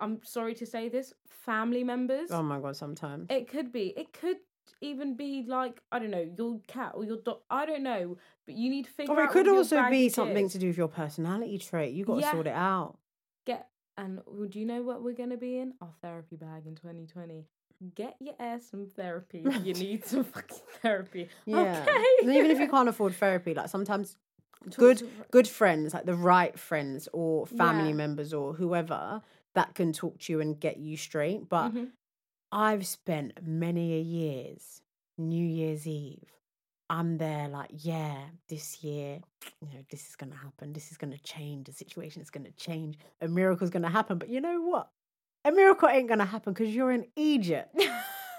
S1: I'm sorry to say this, family members.
S2: Oh my god. Sometimes.
S1: It could be. It could even be like I don't know your cat or your dog. I don't know, but you need to figure
S2: or
S1: out.
S2: it could
S1: what your
S2: also be
S1: baggage
S2: something
S1: is.
S2: to do with your personality trait. You got to
S1: Yeah.
S2: sort it out.
S1: get. And do you know what we're gonna be in our therapy bag in 2020? Get your ass some therapy. you need some fucking therapy.
S2: Yeah. And
S1: Okay.
S2: even if you can't afford therapy, like sometimes
S1: Talk
S2: good
S1: to a-
S2: good friends, like the right friends or family
S1: Yeah.
S2: members or whoever that can talk to you and get you straight. But
S1: Mhm.
S2: I've spent many a years, New Year's Eve, I'm there like, yeah, this year, you know, this is going to happen. This is going to change. The situation is going to change. A miracle's going to happen. But you know what? A miracle ain't going to happen because you're in Egypt.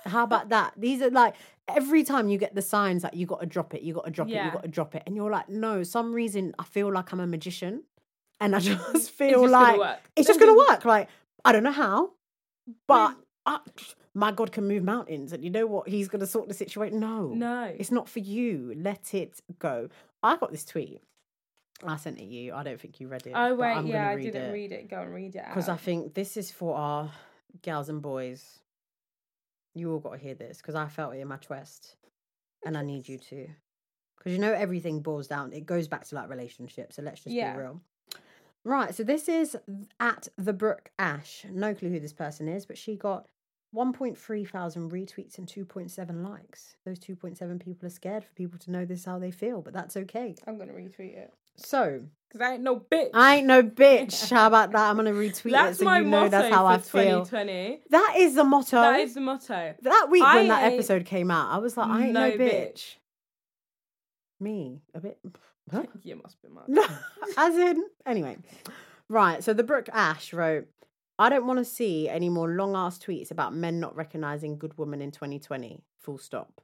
S2: How about that? These are like every time you get the signs that you got to drop it, you got to drop it, you
S1: Yeah.
S2: got to drop it. And you're like, no, some reason I feel like I'm a magician. And I just
S1: It's
S2: feel
S1: just gonna
S2: like
S1: work.
S2: it's just going to work. Like, I don't know how, but I, my God can move mountains. And you know what? He's going to sort the situation. No.
S1: No.
S2: It's not for you. Let it go. I got this tweet. I sent it you. I don't think you read it.
S1: Oh
S2: but
S1: wait,
S2: I'm
S1: yeah,
S2: gonna
S1: I didn't read it. Go and read it
S2: because I
S1: out.
S2: think this is for our gals and boys. You all got to hear this because I felt it in my chest, and I need you to. Because you know everything boils down. It goes back to like relationships. So let's just
S1: Yeah.
S2: be real. Right. So this is at the Brook Ash. No clue who this person is, but she got. 1.3 thousand retweets and 2.7 likes. Those 2.7 people are scared for people to know this is how they feel, but that's okay.
S1: I'm gonna retweet it
S2: So,
S1: because I ain't no bitch.
S2: I ain't no bitch. How about that? I'm going to retweet
S1: that's
S2: it so
S1: my
S2: you know
S1: motto
S2: that's how I
S1: for
S2: feel.
S1: 2020.
S2: That is the motto.
S1: That is the motto.
S2: That week when
S1: I
S2: that
S1: ain't
S2: episode came out, I was like, I ain't no, bitch. Me, a bit. Huh?
S1: You must be mad.
S2: No, as in, anyway. Right, so the Brooke Ash wrote, I don't want to see any more long ass tweets about men not recognizing good women in 2020. Full stop.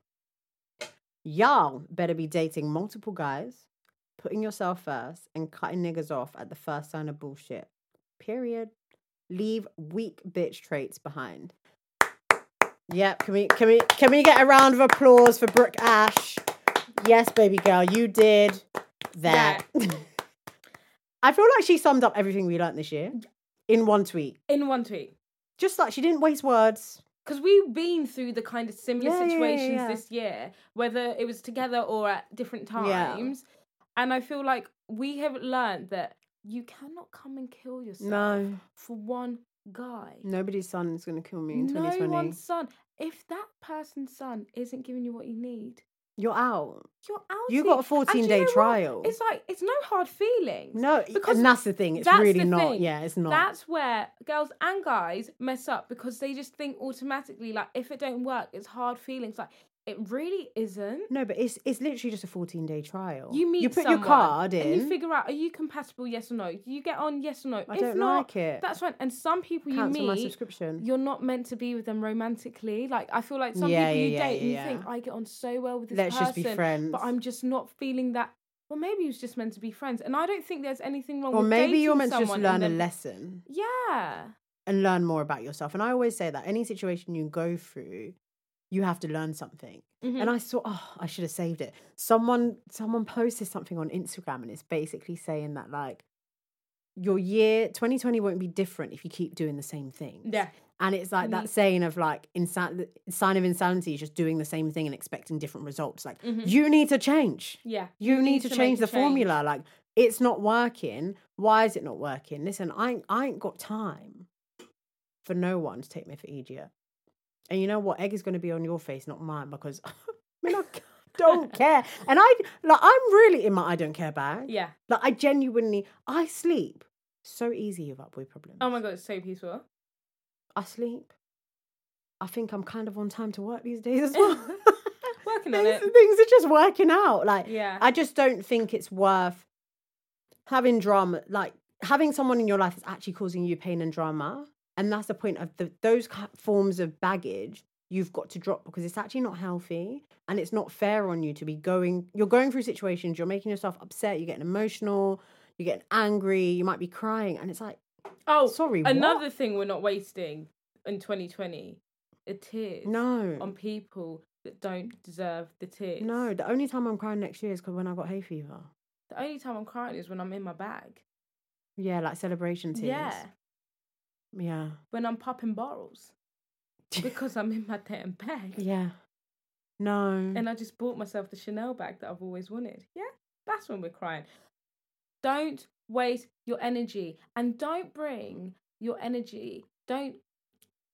S2: Y'all better be dating multiple guys, putting yourself first, and cutting niggas off at the first sign of bullshit. Period. Leave weak bitch traits behind. Yep, can we can we can we get a round of applause for Brooke Ash? Yes, baby girl, you did that. I feel like she summed up everything we learnt this year in one tweet.
S1: In one tweet,
S2: Just like she didn't waste words.
S1: because we've been through the kind of similar
S2: Yeah, yeah, yeah,
S1: situations
S2: yeah.
S1: this year, whether it was together or at different times, and I feel like we have learned that you cannot come and kill yourself for one guy.
S2: nobody's son is going to kill me in
S1: no
S2: 2020.
S1: one's son. If that person's son isn't giving you what you need,
S2: You're out.
S1: you're out.
S2: You got a 14 day trial.
S1: It's like it's no hard feelings.
S2: No,
S1: Because
S2: and that's the thing. It's
S1: that's
S2: really
S1: the
S2: not.
S1: thing.
S2: Yeah, it's not.
S1: That's where girls and guys mess up because they just think automatically like if it don't work, it's hard feelings. Like it really isn't.
S2: No, but it's it's literally just a 14 day trial.
S1: You meet
S2: You put
S1: someone
S2: your card in.
S1: and you figure out are you compatible? Yes or no. You get on? Yes or no.
S2: I
S1: if
S2: don't
S1: not,
S2: like it.
S1: That's fine. And some people
S2: Cancel
S1: you
S2: my
S1: meet,
S2: subscription.
S1: you're not meant to be with them romantically. Like I feel like some
S2: Yeah,
S1: people
S2: yeah,
S1: you
S2: yeah,
S1: date and
S2: yeah,
S1: you think
S2: yeah.
S1: I get on so well with this
S2: Let's
S1: person,
S2: just be friends.
S1: but I'm just not feeling that. Well, maybe he was just meant to be friends, and I don't think there's anything wrong.
S2: or
S1: with
S2: maybe you're
S1: dating
S2: meant to just
S1: someone
S2: learn
S1: and
S2: a
S1: then-
S2: lesson
S1: Yeah,
S2: and learn more about yourself. And I always say that any situation you go through, you have to learn something.
S1: Mm-hmm.
S2: And I saw, oh, I should have saved it. Someone, someone posted something on Instagram, and it's basically saying that like your year 2020 won't be different if you keep doing the same things.
S1: Yeah.
S2: And it's like that saying of like insan- sign of insanity is just doing the same thing and expecting different results. Like
S1: Mm-hmm.
S2: you need to change.
S1: Yeah.
S2: You need to
S1: make
S2: change
S1: a
S2: the formula. Like it's not working. Why is it not working? Listen, I ain't, I ain't got time for no one to take me for idiot. And you know what? Egg is going to be on your face, not mine, because I mean I don't care. And I like I'm really in my I don't care bag.
S1: Yeah.
S2: Like I genuinely I sleep so easy without boy problems.
S1: Oh my god, it's so peaceful.
S2: I sleep. I think I'm kind of on time to work these days as well.
S1: Working on
S2: things,
S1: it.
S2: things are just working out. Like
S1: Yeah.
S2: I just don't think it's worth having drama. Like having someone in your life that's actually causing you pain and drama, and that's the point of the, those ki- forms of baggage you've got to drop because it's actually not healthy and it's not fair on you to be going. You're going through situations. You're making yourself upset. You're getting emotional. You're getting angry. You might be crying, and it's like
S1: Oh,
S2: sorry, what?
S1: Another thing we're not wasting in 2020 are tears
S2: no.
S1: on people that don't deserve the tears.
S2: no, the only time I'm crying next year is because when I got hay fever.
S1: The only time I'm crying is when I'm in my bag.
S2: Yeah, like celebration tears.
S1: Yeah.
S2: Yeah.
S1: When I'm popping bottles because I'm in my damn bag.
S2: Yeah. No.
S1: And I just bought myself the Chanel bag that I've always wanted. Yeah. That's when we're crying. Don't waste your energy and don't bring your energy. Don't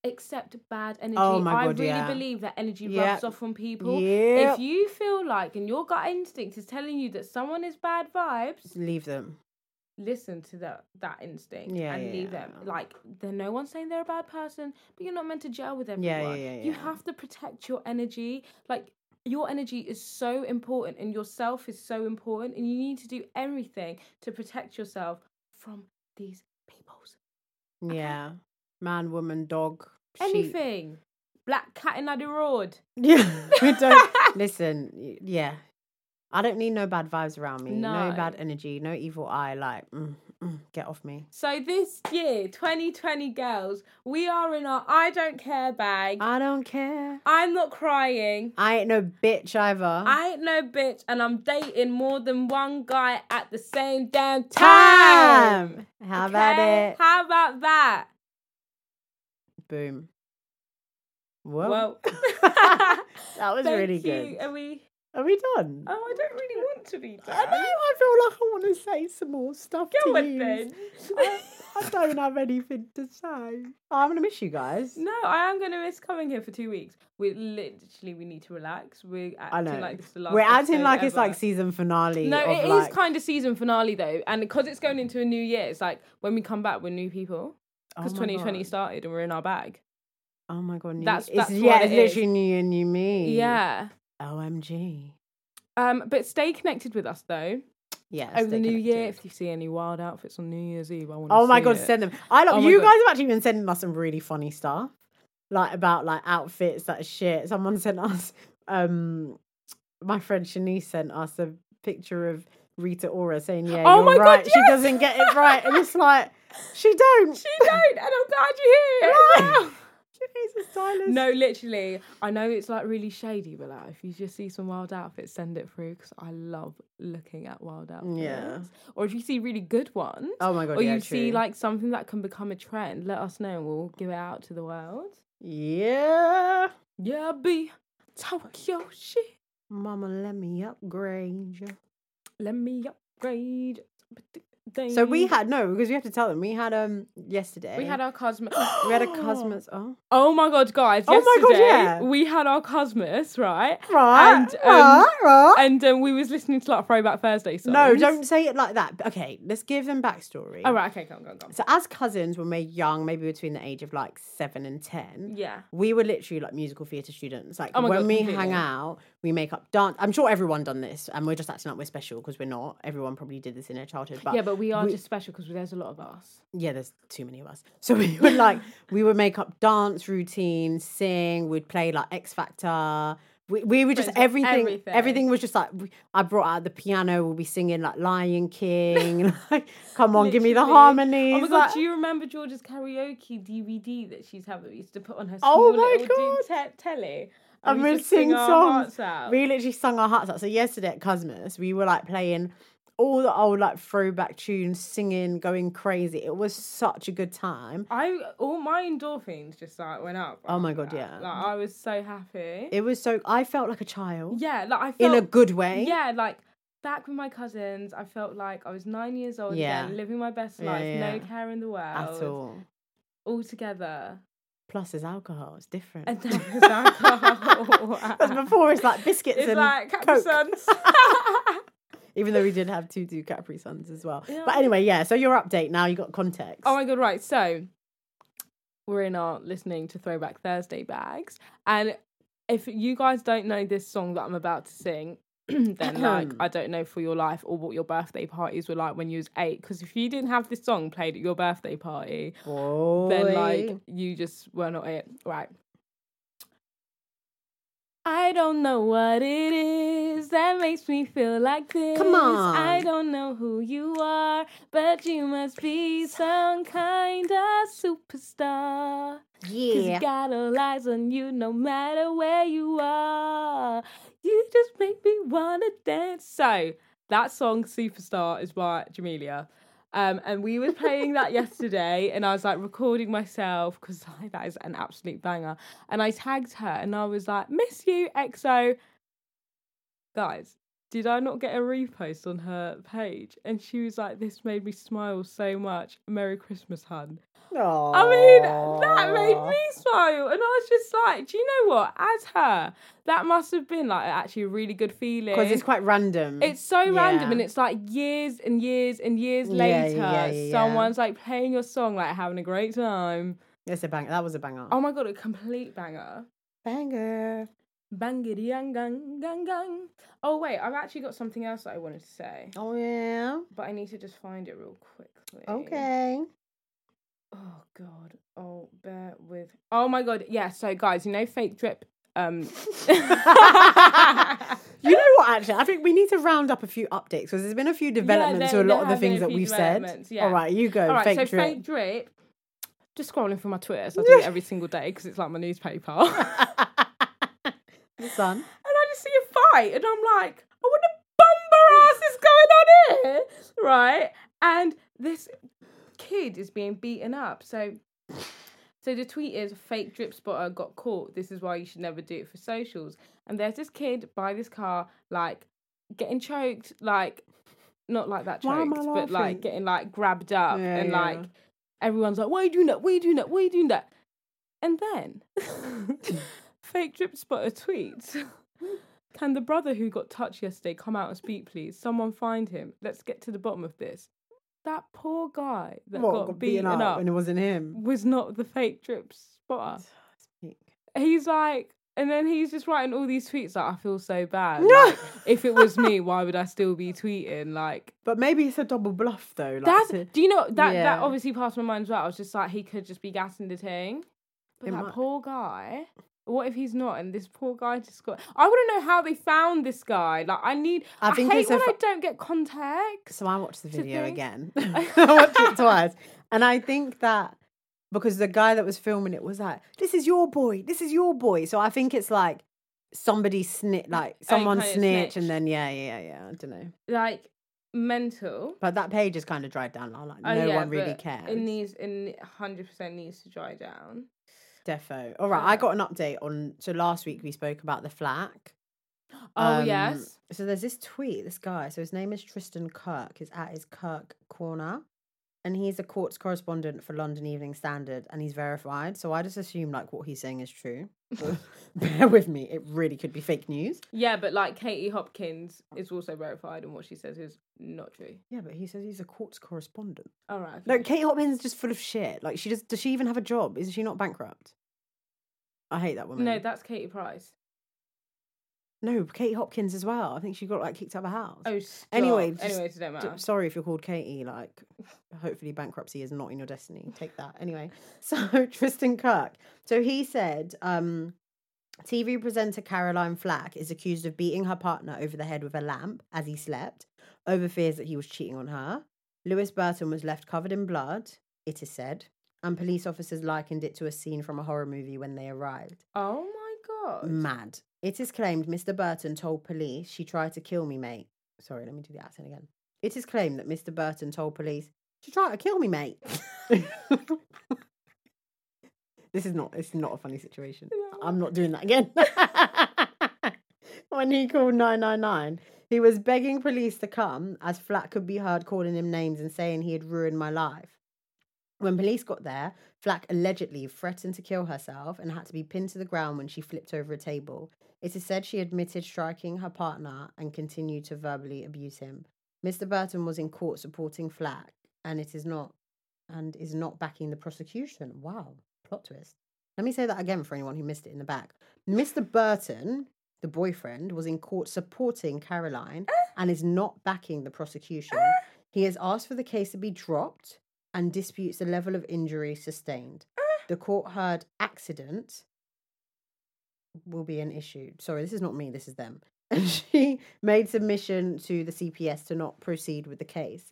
S1: accept bad energy.
S2: Oh my
S1: I
S2: God,
S1: really
S2: yeah.
S1: believe that energy
S2: Yep.
S1: rubs off on people.
S2: Yep.
S1: If you feel like and your gut instinct is telling you that someone is bad vibes,
S2: leave them.
S1: listen to that that instinct
S2: Yeah,
S1: and
S2: yeah,
S1: leave them.
S2: yeah.
S1: Like they no one's saying they're a bad person, but you're not meant to gel with everyone.
S2: Yeah, yeah, yeah,
S1: You
S2: yeah.
S1: have to protect your energy. Like your energy is so important and yourself is so important and you need to do everything to protect yourself from these people's
S2: Yeah. Man, woman, dog, sheep.
S1: anything. Black cat in the road.
S2: Yeah. we don't listen. y- Yeah. I don't need no bad vibes around me. No,
S1: No.
S2: bad energy. No evil eye. Like, mm, mm, get off me.
S1: So this year, 2020 girls, we are in our I don't care bag.
S2: I don't care.
S1: I'm not crying.
S2: I ain't no bitch either.
S1: I ain't no bitch, and I'm dating more than one guy at the same damn time.
S2: Time. How about
S1: Okay?
S2: it?
S1: How about that?
S2: Boom. Whoa.
S1: Well,
S2: that was
S1: Thank
S2: really
S1: you.
S2: good.
S1: Are we?
S2: Are we done?
S1: Oh, I don't really want to be
S2: I know.
S1: done.
S2: I feel like I want to say some more stuff to
S1: Go Um, on
S2: you.
S1: then.
S2: I, I don't have anything to say. I'm gonna miss you guys.
S1: No, I am gonna miss coming here for two weeks. We literally we need to relax. We're
S2: I
S1: acting
S2: know.
S1: like this is the last.
S2: We're acting
S1: episode
S2: like it's
S1: ever.
S2: like season finale.
S1: No,
S2: of
S1: it is
S2: like,
S1: kind of season finale though, and because it's going into a new year, it's like when we come back, we're new people.
S2: oh
S1: Because
S2: my
S1: 2020
S2: God.
S1: started and we're in our bag.
S2: Oh my god, new,
S1: That's-
S2: it's,
S1: that's
S2: yeah,
S1: what
S2: it's
S1: it is.
S2: literally new and new me.
S1: Yeah.
S2: OMG.
S1: Um, but stay connected with us though
S2: Yeah.
S1: over the
S2: stay
S1: new year.
S2: connected.
S1: If you see any wild outfits on New Year's Eve, I want.
S2: Oh my
S1: see
S2: god,
S1: it.
S2: send them. I
S1: Oh
S2: love
S1: my
S2: you
S1: God.
S2: guys have actually been sending us some really funny stuff. Like about like outfits, that shit. Someone sent us um my friend Shanice sent us a picture of Rita Ora saying, Yeah,
S1: Oh
S2: you're
S1: my God,
S2: right. She
S1: yes!
S2: doesn't get it right. And it's like, she don't.
S1: She don't, and I'm glad you hear it. as well.
S2: Shanice is silent.
S1: No, literally. I know it's like really shady, but like if you just see some wild outfits, send it through because I love looking at wild outfits.
S2: Yeah.
S1: Or if you see really good ones,
S2: Oh my god.
S1: or
S2: yeah,
S1: you see
S2: true.
S1: like something that can become a trend, let us know and we'll give it out to the world.
S2: Yeah.
S1: Yeah, be Tokyo shit.
S2: Mama, let me upgrade you.
S1: Let me upgrade.
S2: So we had no, because we have to tell them. We had um yesterday.
S1: we had our Cosmos.
S2: we had a Cosmos. Oh,
S1: Oh my god, guys!
S2: Oh my God,
S1: yesterday,
S2: yeah.
S1: we had our Cosmos right,
S2: right,
S1: And, um,
S2: right, right.
S1: and um, we was listening to like Throwback Thursday songs.
S2: no, don't say it like that. Okay, let's give them backstory.
S1: All Oh, right, okay, go on, go on, go on.
S2: So as cousins, when we're young, maybe between the age of like seven and ten,
S1: Yeah,
S2: we were literally like musical theatre students. Like
S1: Oh my
S2: when
S1: God,
S2: we
S1: completely.
S2: hang out, we make up dance. I'm sure everyone done this, and we're just acting like we're special because we're not. Everyone probably did this in their childhood, but
S1: yeah, but we are
S2: we-
S1: just special because there's a lot of us.
S2: yeah, there's too many of us. So we would like we would make up dance routines, sing, we'd play like X Factor. We, we were just
S1: Friends with
S2: everything, everything.
S1: everything.
S2: was just like we, I brought out the piano. We'll be singing like Lion King. like, come on, give me the
S1: Literally.
S2: harmonies.
S1: Oh my god,
S2: like-
S1: do you remember George's karaoke DVD that she'd have that we used to put on her?
S2: Oh
S1: Small
S2: my
S1: little
S2: God.
S1: dim te- telly.
S2: and
S1: we'd
S2: we'd
S1: just
S2: sing
S1: our
S2: songs.
S1: hearts out.
S2: We literally sung our hearts out. So yesterday at Cosmos, we were like playing all the old like throwback tunes, singing, going crazy. It was such a good time.
S1: I all my endorphins just like went up.
S2: Oh my
S1: after
S2: God,
S1: that.
S2: yeah.
S1: Like I was so happy.
S2: It was so I felt like a child
S1: yeah, like I
S2: in
S1: felt
S2: a good way.
S1: Yeah, like back with my cousins, I felt like I was nine years old
S2: Yeah.
S1: again, living my best
S2: Yeah,
S1: life,
S2: yeah.
S1: no care in the world,
S2: at all.
S1: all together.
S2: Plus, there's alcohol. It's different.
S1: And there was alcohol.
S2: Because before it's like biscuits
S1: It's
S2: and
S1: like Capri
S2: Coke.
S1: Suns.
S2: Even though we did have two do Capri Suns as well.
S1: Yeah.
S2: But anyway, yeah. So your update now. You got context.
S1: Oh my god, right. So we're in our listening to Throwback Thursday bags. And if you guys don't know this song that I'm about to sing, then like I don't know for your life or what your birthday parties were like when you was eight. Because if you didn't have this song played at your birthday party,
S2: Boy.
S1: then like you just were not it. Right. I don't know what it is that makes me feel like this.
S2: Come on.
S1: I don't know who you are, but you must be some kind of superstar. 'Cause you got all eyes on you no matter where you are. You just make me wanna dance. So that song Superstar is by Jamelia. Um, and we were playing that yesterday, and I was like recording myself because like, that is an absolute banger. And I tagged her and I was like, Miss you, EXO. Guys, did I not get a repost on her page? And she was like, This made me smile so much. Merry Christmas, hun. I mean, that made me smile. And I was just like, do you know what? As her, that must have been like actually a really good feeling.
S2: because it's quite random.
S1: It's so random
S2: Yeah.
S1: and it's like years and years and years
S2: Yeah, yeah,
S1: later,
S2: yeah, yeah.
S1: someone's like playing your song, like having a great time.
S2: it's a bang. That was a banger.
S1: Oh my God, a complete banger.
S2: banger.
S1: Bangity yang gang gang gang. Oh wait, I've actually got something else that I wanted to say,
S2: Oh yeah.
S1: but I need to just find it real quickly.
S2: Okay.
S1: Oh god. Oh, bear with. Oh my god. Yeah. So guys, you know fake drip. Um.
S2: You know what? Actually, I think we need to round up a few updates because there's been a few developments
S1: there-
S2: to a
S1: there
S2: lot of the
S1: have been
S2: things
S1: a
S2: that
S1: few
S2: we've said.
S1: developments, yeah.
S2: All right, you go.
S1: All right.
S2: fake
S1: so
S2: drip.
S1: fake drip. Just scrolling through my Twitter, so I do it every single day because it's like my newspaper. and
S2: The sun.
S1: I just see a fight, and I'm like, I want to bumper ass is going on here, right? And this kid is being beaten up. So, so the tweet is fake drip spotter got caught. This is why you should never do it for socials. And there's this kid by this car, like getting choked, like not like that
S2: Why am I
S1: choked, but like
S2: laughing?
S1: getting like grabbed up,
S2: Yeah,
S1: and
S2: yeah.
S1: like everyone's like, "Why are you doing that? Why are you doing that? Why are you doing that?" And then fake drip spotter tweets. Can the brother who got touched yesterday come out and speak, please? Someone find him. Let's get to the bottom of this. That poor guy that
S2: What,
S1: got, beaten, up,
S2: and it wasn't him.
S1: was not the fake drip spotter. He's like, and then he's just writing all these tweets like, I feel so bad. Like, if it was me, why would I still be tweeting? Like,
S2: But maybe it's a double bluff though. Like,
S1: that's,
S2: to-
S1: do you know, that,
S2: yeah.
S1: that obviously passed my mind as well. I was just like, he could just be gassing the thing. But
S2: It
S1: that
S2: might-
S1: poor guy, what if he's not? And this poor guy just got, I want to know how they found this guy. Like, I need,
S2: I
S1: I,
S2: think
S1: hate
S2: it's a
S1: when
S2: fa-
S1: I don't get context.
S2: So I watched the video
S1: think-
S2: again. I watched it twice. And I think that because the guy that was filming it was like, this is your boy, this is your boy. So I think it's like somebody snitch, like someone
S1: kinda
S2: snitched, and
S1: snitched.
S2: then yeah, yeah, yeah, I don't know.
S1: Like, mental.
S2: But that page is kind of dried down now. Like,
S1: Oh,
S2: no
S1: yeah,
S2: one really
S1: but
S2: cares.
S1: It needs, it hundred percent needs to dry down.
S2: Defo. All right, I got an update on. So last week we spoke about the flack.
S1: Oh
S2: Um,
S1: yes,
S2: So there's this tweet, this guy. So his name is Tristan Kirk. His at is Kirk Corner. And he's a courts correspondent for London Evening Standard and he's verified. So I just assume like what he's saying is true. But Bear with me, it really could be fake news.
S1: yeah, but like Katie Hopkins is also verified, and what she says is not true.
S2: Yeah, but he says he's a courts correspondent.
S1: All right.
S2: No,
S1: okay.
S2: Kate Hopkins is just full of shit. Like she just does she even have a job? Is she not bankrupt? I hate that woman.
S1: no, that's Katie Price.
S2: no, Kate Hopkins as well. I think she got like kicked out of her house.
S1: Oh, stop.
S2: Anyway, just-
S1: anyways, it don't
S2: D-
S1: matter.
S2: sorry if you're called Katie. Like, hopefully, bankruptcy is not in your destiny. Take that. Anyway, so Tristan Kirk. So he said, um, TV presenter Caroline Flack is accused of beating her partner over the head with a lamp as he slept over fears that he was cheating on her. Lewis Burton was left covered in blood, it is said, and police officers likened it to a scene from a horror movie when they arrived.
S1: Oh my god.
S2: Mad. It is claimed Mr. Burton told police she tried to kill me, mate. Sorry, let me do the accent again. It is claimed that Mr. Burton told police, "She's trying to kill me, mate." this is not. It's not a funny situation. I'm not doing that again. when he called nine nine nine, he was begging police to come, as Flat could be heard calling him names and saying he had ruined my life. When police got there, Flack allegedly threatened to kill herself and had to be pinned to the ground when she flipped over a table. It is said she admitted striking her partner and continued to verbally abuse him. Mr. Burton was in court supporting Flack, and it is not and is not backing the prosecution. Wow, plot twist. Let me say that again for anyone who missed it in the back. Mr. Burton, the boyfriend, was in court supporting Caroline and is not backing the prosecution. He has asked for the case to be dropped and disputes the level of injury sustained. The court heard accident will be an issue. Sorry, this is not me, this is them. And she made submission to the CPS to not proceed with the case.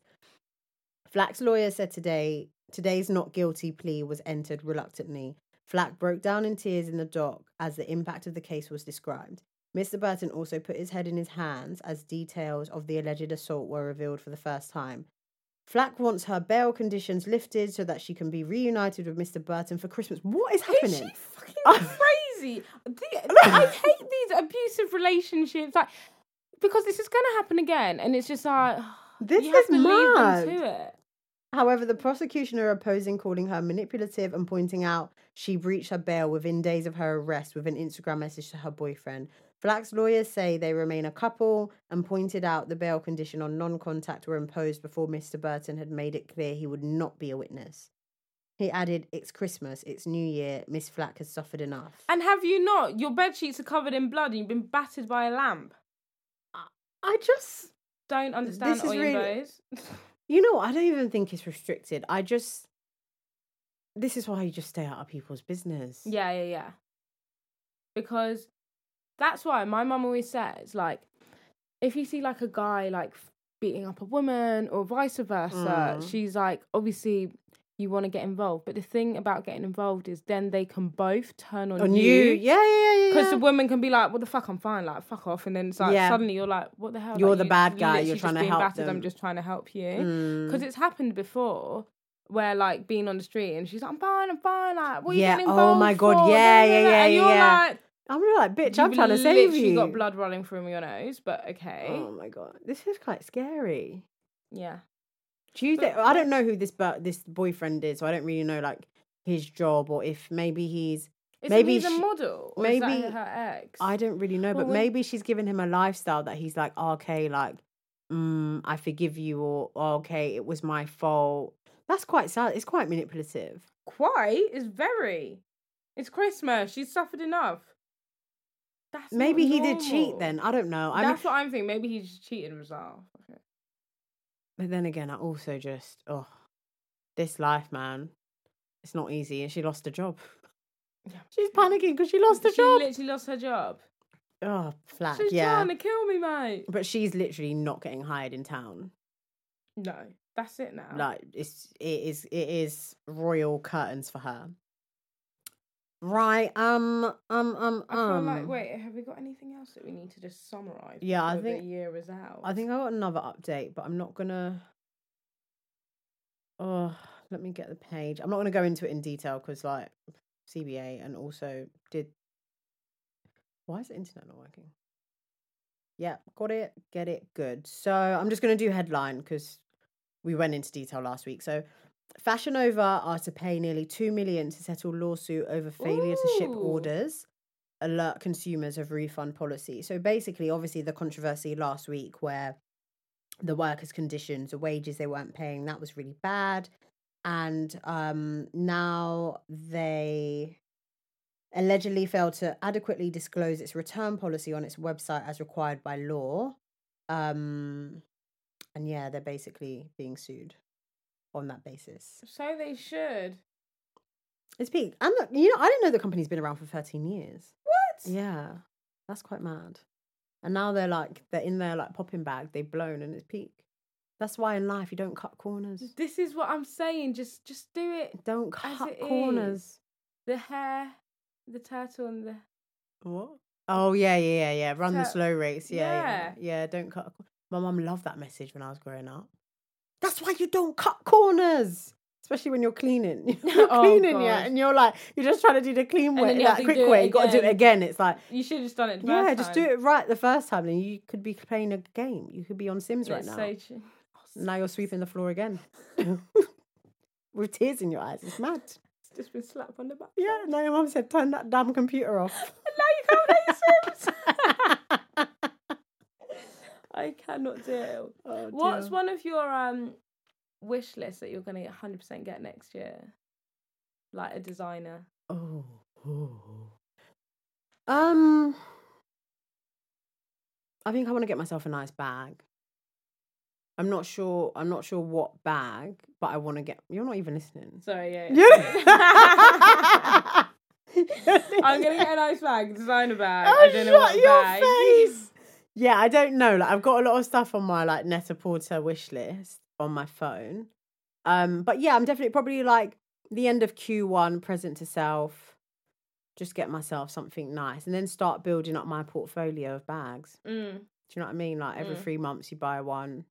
S2: Flack's lawyer said today today's not guilty plea was entered reluctantly. Flack broke down in tears in the dock as the impact of the case was described. Mr. Burton also put his head in his hands as details of the alleged assault were revealed for the first time. Flack wants her bail conditions lifted so that she can be reunited with Mr. Burton for Christmas. What is happening?
S1: Is she fucking crazy? The- I hate these abusive relationships, like because this is going to happen again, and it's just like
S2: This
S1: you have
S2: is
S1: to leave
S2: mad.
S1: them to it.
S2: However, the prosecution are opposing calling her manipulative and pointing out she breached her bail within days of her arrest with an Instagram message to her boyfriend. Flack's lawyers say they remain a couple and pointed out the bail condition on non contact were imposed before Mr. Burton had made it clear he would not be a witness. He added, It's Christmas, it's New Year, Miss Flack has suffered enough.
S1: And have you not? Your bed sheets are covered in blood, and you've been battered by a lamp.
S2: I just
S1: Don't understand
S2: This is
S1: Oyinbo's.
S2: You know, what? I don't even think it's restricted. I just this is why you just stay out of people's business.
S1: Yeah, yeah, yeah. Because that's why my mum always says, like, if you see like a guy like f- beating up a woman or vice versa,
S2: Mm.
S1: she's like, obviously you want to get involved. But the thing about getting involved is then they can both turn on,
S2: On you,
S1: you.
S2: yeah, yeah, yeah.
S1: Because
S2: yeah.
S1: the woman can be like, "What the fuck? I'm fine. Like, fuck off." And then it's like
S2: Yeah.
S1: suddenly you're like, "What the hell?
S2: You're
S1: Like,
S2: the
S1: you-
S2: bad guy,
S1: literally
S2: you're
S1: just
S2: trying to
S1: being
S2: help
S1: battered,
S2: them."
S1: I'm just trying to help you
S2: Mm.
S1: because it's happened before where like being on the street and she's like, I'm fine, I'm fine, like what are
S2: Yeah,
S1: you getting
S2: oh my
S1: involved
S2: God,
S1: for?
S2: yeah,
S1: Da, da,
S2: yeah,
S1: da.
S2: yeah,
S1: and
S2: yeah,
S1: you're
S2: yeah.
S1: like,
S2: I'm really like, bitch, I'm
S1: you've
S2: trying to save
S1: literally
S2: you.
S1: got eh? blood rolling from your nose, but okay,
S2: Oh my god, this is quite scary.
S1: yeah.
S2: Do you think?
S1: But-
S2: I don't know who this bu- this boyfriend is, so I don't really know like his job or if maybe he's.
S1: Is
S2: Maybe
S1: maybe he's a
S2: she-
S1: model, or maybe
S2: maybe-
S1: her ex.
S2: I don't really know,
S1: Well,
S2: but
S1: when-
S2: maybe she's given him a lifestyle that he's like, okay, like, mm, I forgive you, or okay, it was my fault. That's quite sad. It's quite manipulative.
S1: quite is very. It's Christmas. She's suffered enough. That's not
S2: Maybe he did cheat
S1: normal.
S2: then. I don't know. I mean,
S1: That's what I'm thinking. Maybe he's just cheating himself.
S2: but then again, I also just oh, this life, man, it's not easy. And she lost a job. She's panicking because she lost a
S1: she
S2: job.
S1: literally lost her job.
S2: oh, flat.
S1: She's
S2: yeah,
S1: trying to kill me, mate.
S2: but she's literally not getting hired in town.
S1: No, that's it now.
S2: Like it's it is it is royal curtains for her. Right. Um. Um. Um.
S1: I feel
S2: um.
S1: like, wait, have we got anything else that we need to just summarize?
S2: Yeah, I
S1: before
S2: think-
S1: the year is out.
S2: I think I got another update, but I'm not gonna. Oh, let me get the page. I'm not gonna go into it in detail because like CBA and also did. Why is the internet not working? Yeah, got it. Get it. Good. So I'm just gonna do headline because we went into detail last week. So. Fashion Nova are to pay nearly two million to settle lawsuit over failure to ship
S1: Ooh.
S2: orders alert consumers of refund policy. So basically, obviously, the controversy last week where the workers' conditions, the wages they weren't paying, that was really bad. And um, now they allegedly failed to adequately disclose its return policy on its website as required by law. Um, and yeah, they're basically being sued on that basis.
S1: so. They should.
S2: It's peak. And look, you know, I didn't know the company's been around for 13 years.
S1: What?
S2: Yeah, that's quite mad. And now they're like they're in their like popping bag. They've blown and it's peak. That's why in life you don't cut corners.
S1: This is what I'm saying. Just, just do it.
S2: Don't
S1: As
S2: cut
S1: it
S2: corners.
S1: is. The hair, the turtle, and the
S2: What? Oh yeah, yeah, yeah, yeah. Run the
S1: So-
S2: slow race. Yeah, yeah,
S1: yeah.
S2: yeah. Don't cut. a cor- My mum loved that message when I was growing up. That's why you don't cut corners. Especially when you're cleaning. You're
S1: Oh,
S2: cleaning, yeah.
S1: God.
S2: And you're like, you're just trying to do the clean
S1: then
S2: way,
S1: you have
S2: that
S1: to
S2: quick
S1: do it
S2: way. You gotta do it
S1: again.
S2: again. It's like
S1: You should have just done it. the
S2: yeah,
S1: first
S2: just
S1: time.
S2: do it right the first time, and you could be playing a game. You could be on Sims right
S1: It's
S2: now.
S1: so true.
S2: Now you're sweeping the floor again with tears in your eyes. It's mad.
S1: It's just been slapped on the back.
S2: Yeah. Now your mum said, "Turn that damn computer off."
S1: And now you can't play Sims. I cannot deal.
S2: Oh,
S1: What's
S2: dear.
S1: one of your um wish lists that you're gonna hundred percent get next year? Like a designer.
S2: Oh. oh. Um. I think I want to get myself a nice bag. I'm not sure. I'm not sure what bag, but I want to get. You're not even listening.
S1: Sorry, yeah. yeah.
S2: Yeah.
S1: I'm gonna get a nice bag, designer bag.
S2: Oh,
S1: I don't know what
S2: shut your
S1: bag.
S2: face! Yeah, I don't know. Like, I've got a lot of stuff on my like Netta Porter wish list on my phone. Um, but yeah, I'm definitely probably like the end of Q1, present to self. Just get myself something nice, and then start building up my portfolio of bags.
S1: Mm,
S2: Do you know what I mean? Like every
S1: Mm.
S2: three months, you buy one.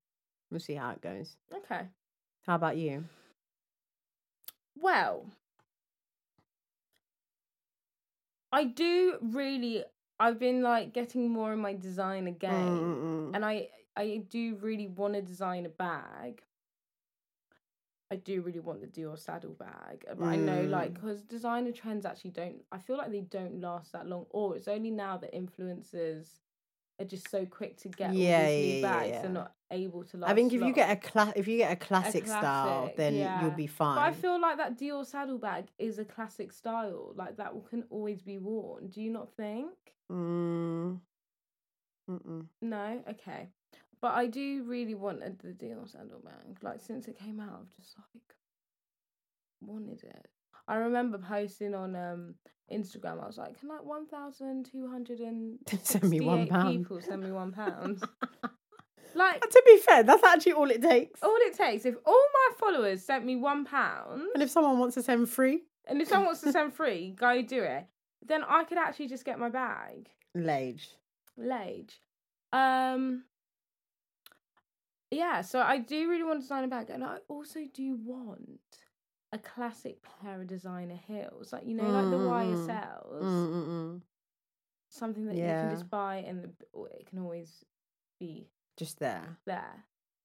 S2: We'll see how it goes.
S1: okay.
S2: How about you?
S1: Well, I do really. I've been like getting more in my design again.
S2: Mm, mm, mm.
S1: and I I do really want to design a bag. I do really want the Dior saddle bag, uh, but I know like
S2: Mm.
S1: because designer trends actually don't. I feel like they don't last that long, or it's only now that influencers are just so quick to get all
S2: Yeah,
S1: these new
S2: yeah, yeah,
S1: bags.
S2: yeah.
S1: They're not able to last.
S2: I think if you
S1: long.
S2: get a cla- if you get a classic, style,
S1: classic,
S2: then
S1: yeah.
S2: you'll be fine.
S1: But I feel like that Dior saddle bag is a classic style. Like that will- can always be worn. Do you not think?
S2: Mm. Mm-mm.
S1: No, okay. But I do really want a- the Dior sandal bag. Like since it came out, I've just like wanted it. I remember posting on um Instagram. I was like, "Can like one thousand two hundred and
S2: Send me one pound.
S1: people send me one pound?" like
S2: to be fair, that's actually all it takes.
S1: all it takes if all my followers sent me one pound,
S2: And if someone wants to send free,
S1: and if someone wants to send free, go do it. Then I could actually just get my bag.
S2: Lage.
S1: Lage. Um Yeah, so I do really want to design a bag and I also do want a classic pair of designer heels. Like you know, like the
S2: Mm, mm, mm.
S1: YSLs.
S2: Mm-mm-mm.
S1: Something that you
S2: Yeah.
S1: can just buy and the, or it can always be
S2: Just there.
S1: there.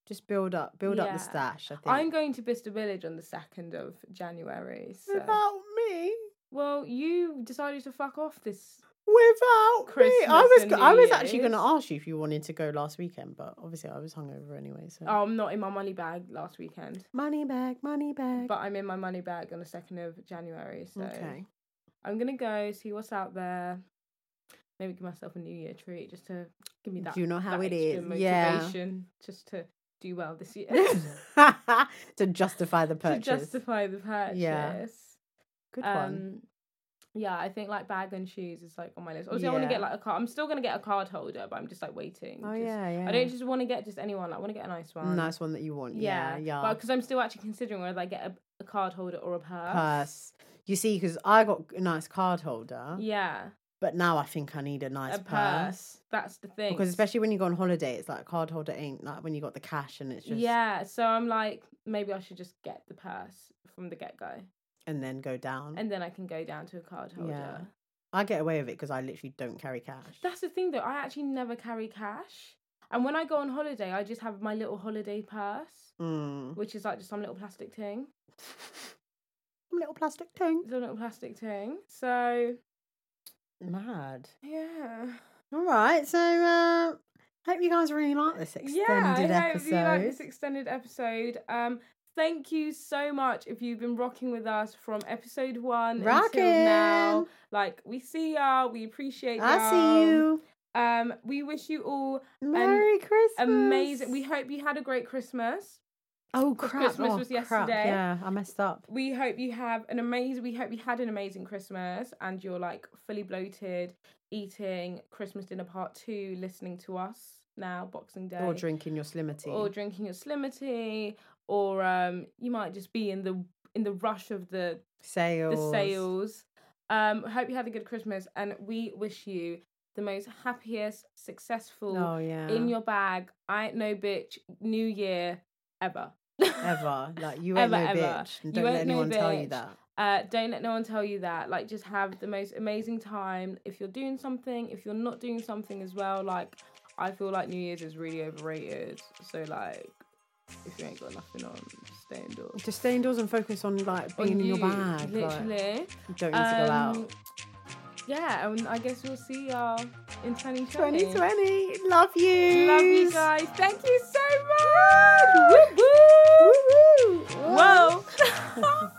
S2: Just build up, build up
S1: Yeah.
S2: the stash. I think.
S1: I'm going to Bicester Village on the second of January. So
S2: without me.
S1: Well, you decided to fuck off this
S2: Without me, I
S1: Christmas
S2: was
S1: and
S2: go- I
S1: New
S2: was actually
S1: Year's.
S2: going to ask you if you wanted to go last weekend, but obviously I was hungover anyway. So
S1: oh, I'm not in my money bag last weekend.
S2: money bag, money bag.
S1: But I'm in my money bag on the second of January, so
S2: okay.
S1: I'm gonna go see what's out there. Maybe give myself a New Year treat just to give me that.
S2: Do you know how
S1: that
S2: it
S1: extra
S2: is? Yeah.
S1: Motivation just to do well this year
S2: to justify the
S1: to
S2: purchase.
S1: justify the purchase.
S2: Yeah. Good one.
S1: Um, yeah, I think like bag and shoes is like on my list. Obviously, I want to
S2: Yeah.
S1: get like a card. I'm still gonna get a card holder, but I'm just like waiting.
S2: Oh
S1: just-
S2: yeah, yeah.
S1: I don't just want to get just anyone. Like, I want to get a nice one.
S2: nice one that you want.
S1: Yeah.
S2: Yeah, yeah.
S1: Because I'm still actually considering whether I get a, a card holder or a purse.
S2: purse. You see, because I got a nice card holder,
S1: Yeah.
S2: but now I think I need a nice
S1: a purse.
S2: purse.
S1: That's the thing.
S2: Because especially when you go on holiday, it's like card holder ain't like when you got the cash and it's just
S1: Yeah, so I'm like, maybe I should just get the purse from the get go,
S2: and then go down.
S1: and then I can go down to a card holder.
S2: Mm-hmm. Yeah. I get away with it because I literally don't carry cash.
S1: That's the thing, though. I actually never carry cash, and when I go on holiday, I just have my little holiday purse,
S2: Mm.
S1: which is like just some little plastic thing,
S2: Little plastic tank.
S1: it's a little plastic thing. So
S2: Mad.
S1: yeah,
S2: All right, so uh, hope you guys really like this extended
S1: yeah. I hope
S2: episode.
S1: you like this extended episode. Um. Thank you so much if you've been rocking with us from episode one
S2: Rocking.
S1: until now. Like, we see y'all, we appreciate y'all.
S2: I see you.
S1: Um, we wish you all
S2: Merry Christmas.
S1: amazing. We hope you had a great Christmas.
S2: Oh crap!
S1: Christmas
S2: oh,
S1: was
S2: crap.
S1: yesterday.
S2: Yeah, I messed up.
S1: We hope you have an amazing. We hope you had an amazing Christmas and you're like fully bloated, eating Christmas dinner part two, listening to us now Boxing Day,
S2: Or drinking your slimmer tea.
S1: or drinking your slimmer tea, or um, you might just be in the in the rush of the
S2: sales.
S1: the sales. Um, hope you had a good Christmas, and we wish you the most happiest, successful,
S2: Oh yeah.
S1: in your bag, I ain't no bitch, new year ever.
S2: ever like you ain't
S1: Ever,
S2: no
S1: ever.
S2: bitch. and
S1: You
S2: Don't let
S1: ain't no
S2: anyone tell you
S1: bitch.
S2: that.
S1: Uh, don't let no one tell you that. Like, just have the most amazing time. If you're doing something, if you're not doing something as well, like, I feel like New Year's is really overrated. So, like, if you ain't got nothing on, stay indoors.
S2: Just stay indoors and focus on like
S1: On
S2: being in your
S1: you,
S2: bag.
S1: Literally.
S2: Like, you don't need to go
S1: Um,
S2: out.
S1: Yeah, and I guess we'll see y'all in 2020.
S2: 2020. Love you.
S1: Love you guys. Thank you so much. Woo woo. Whoa.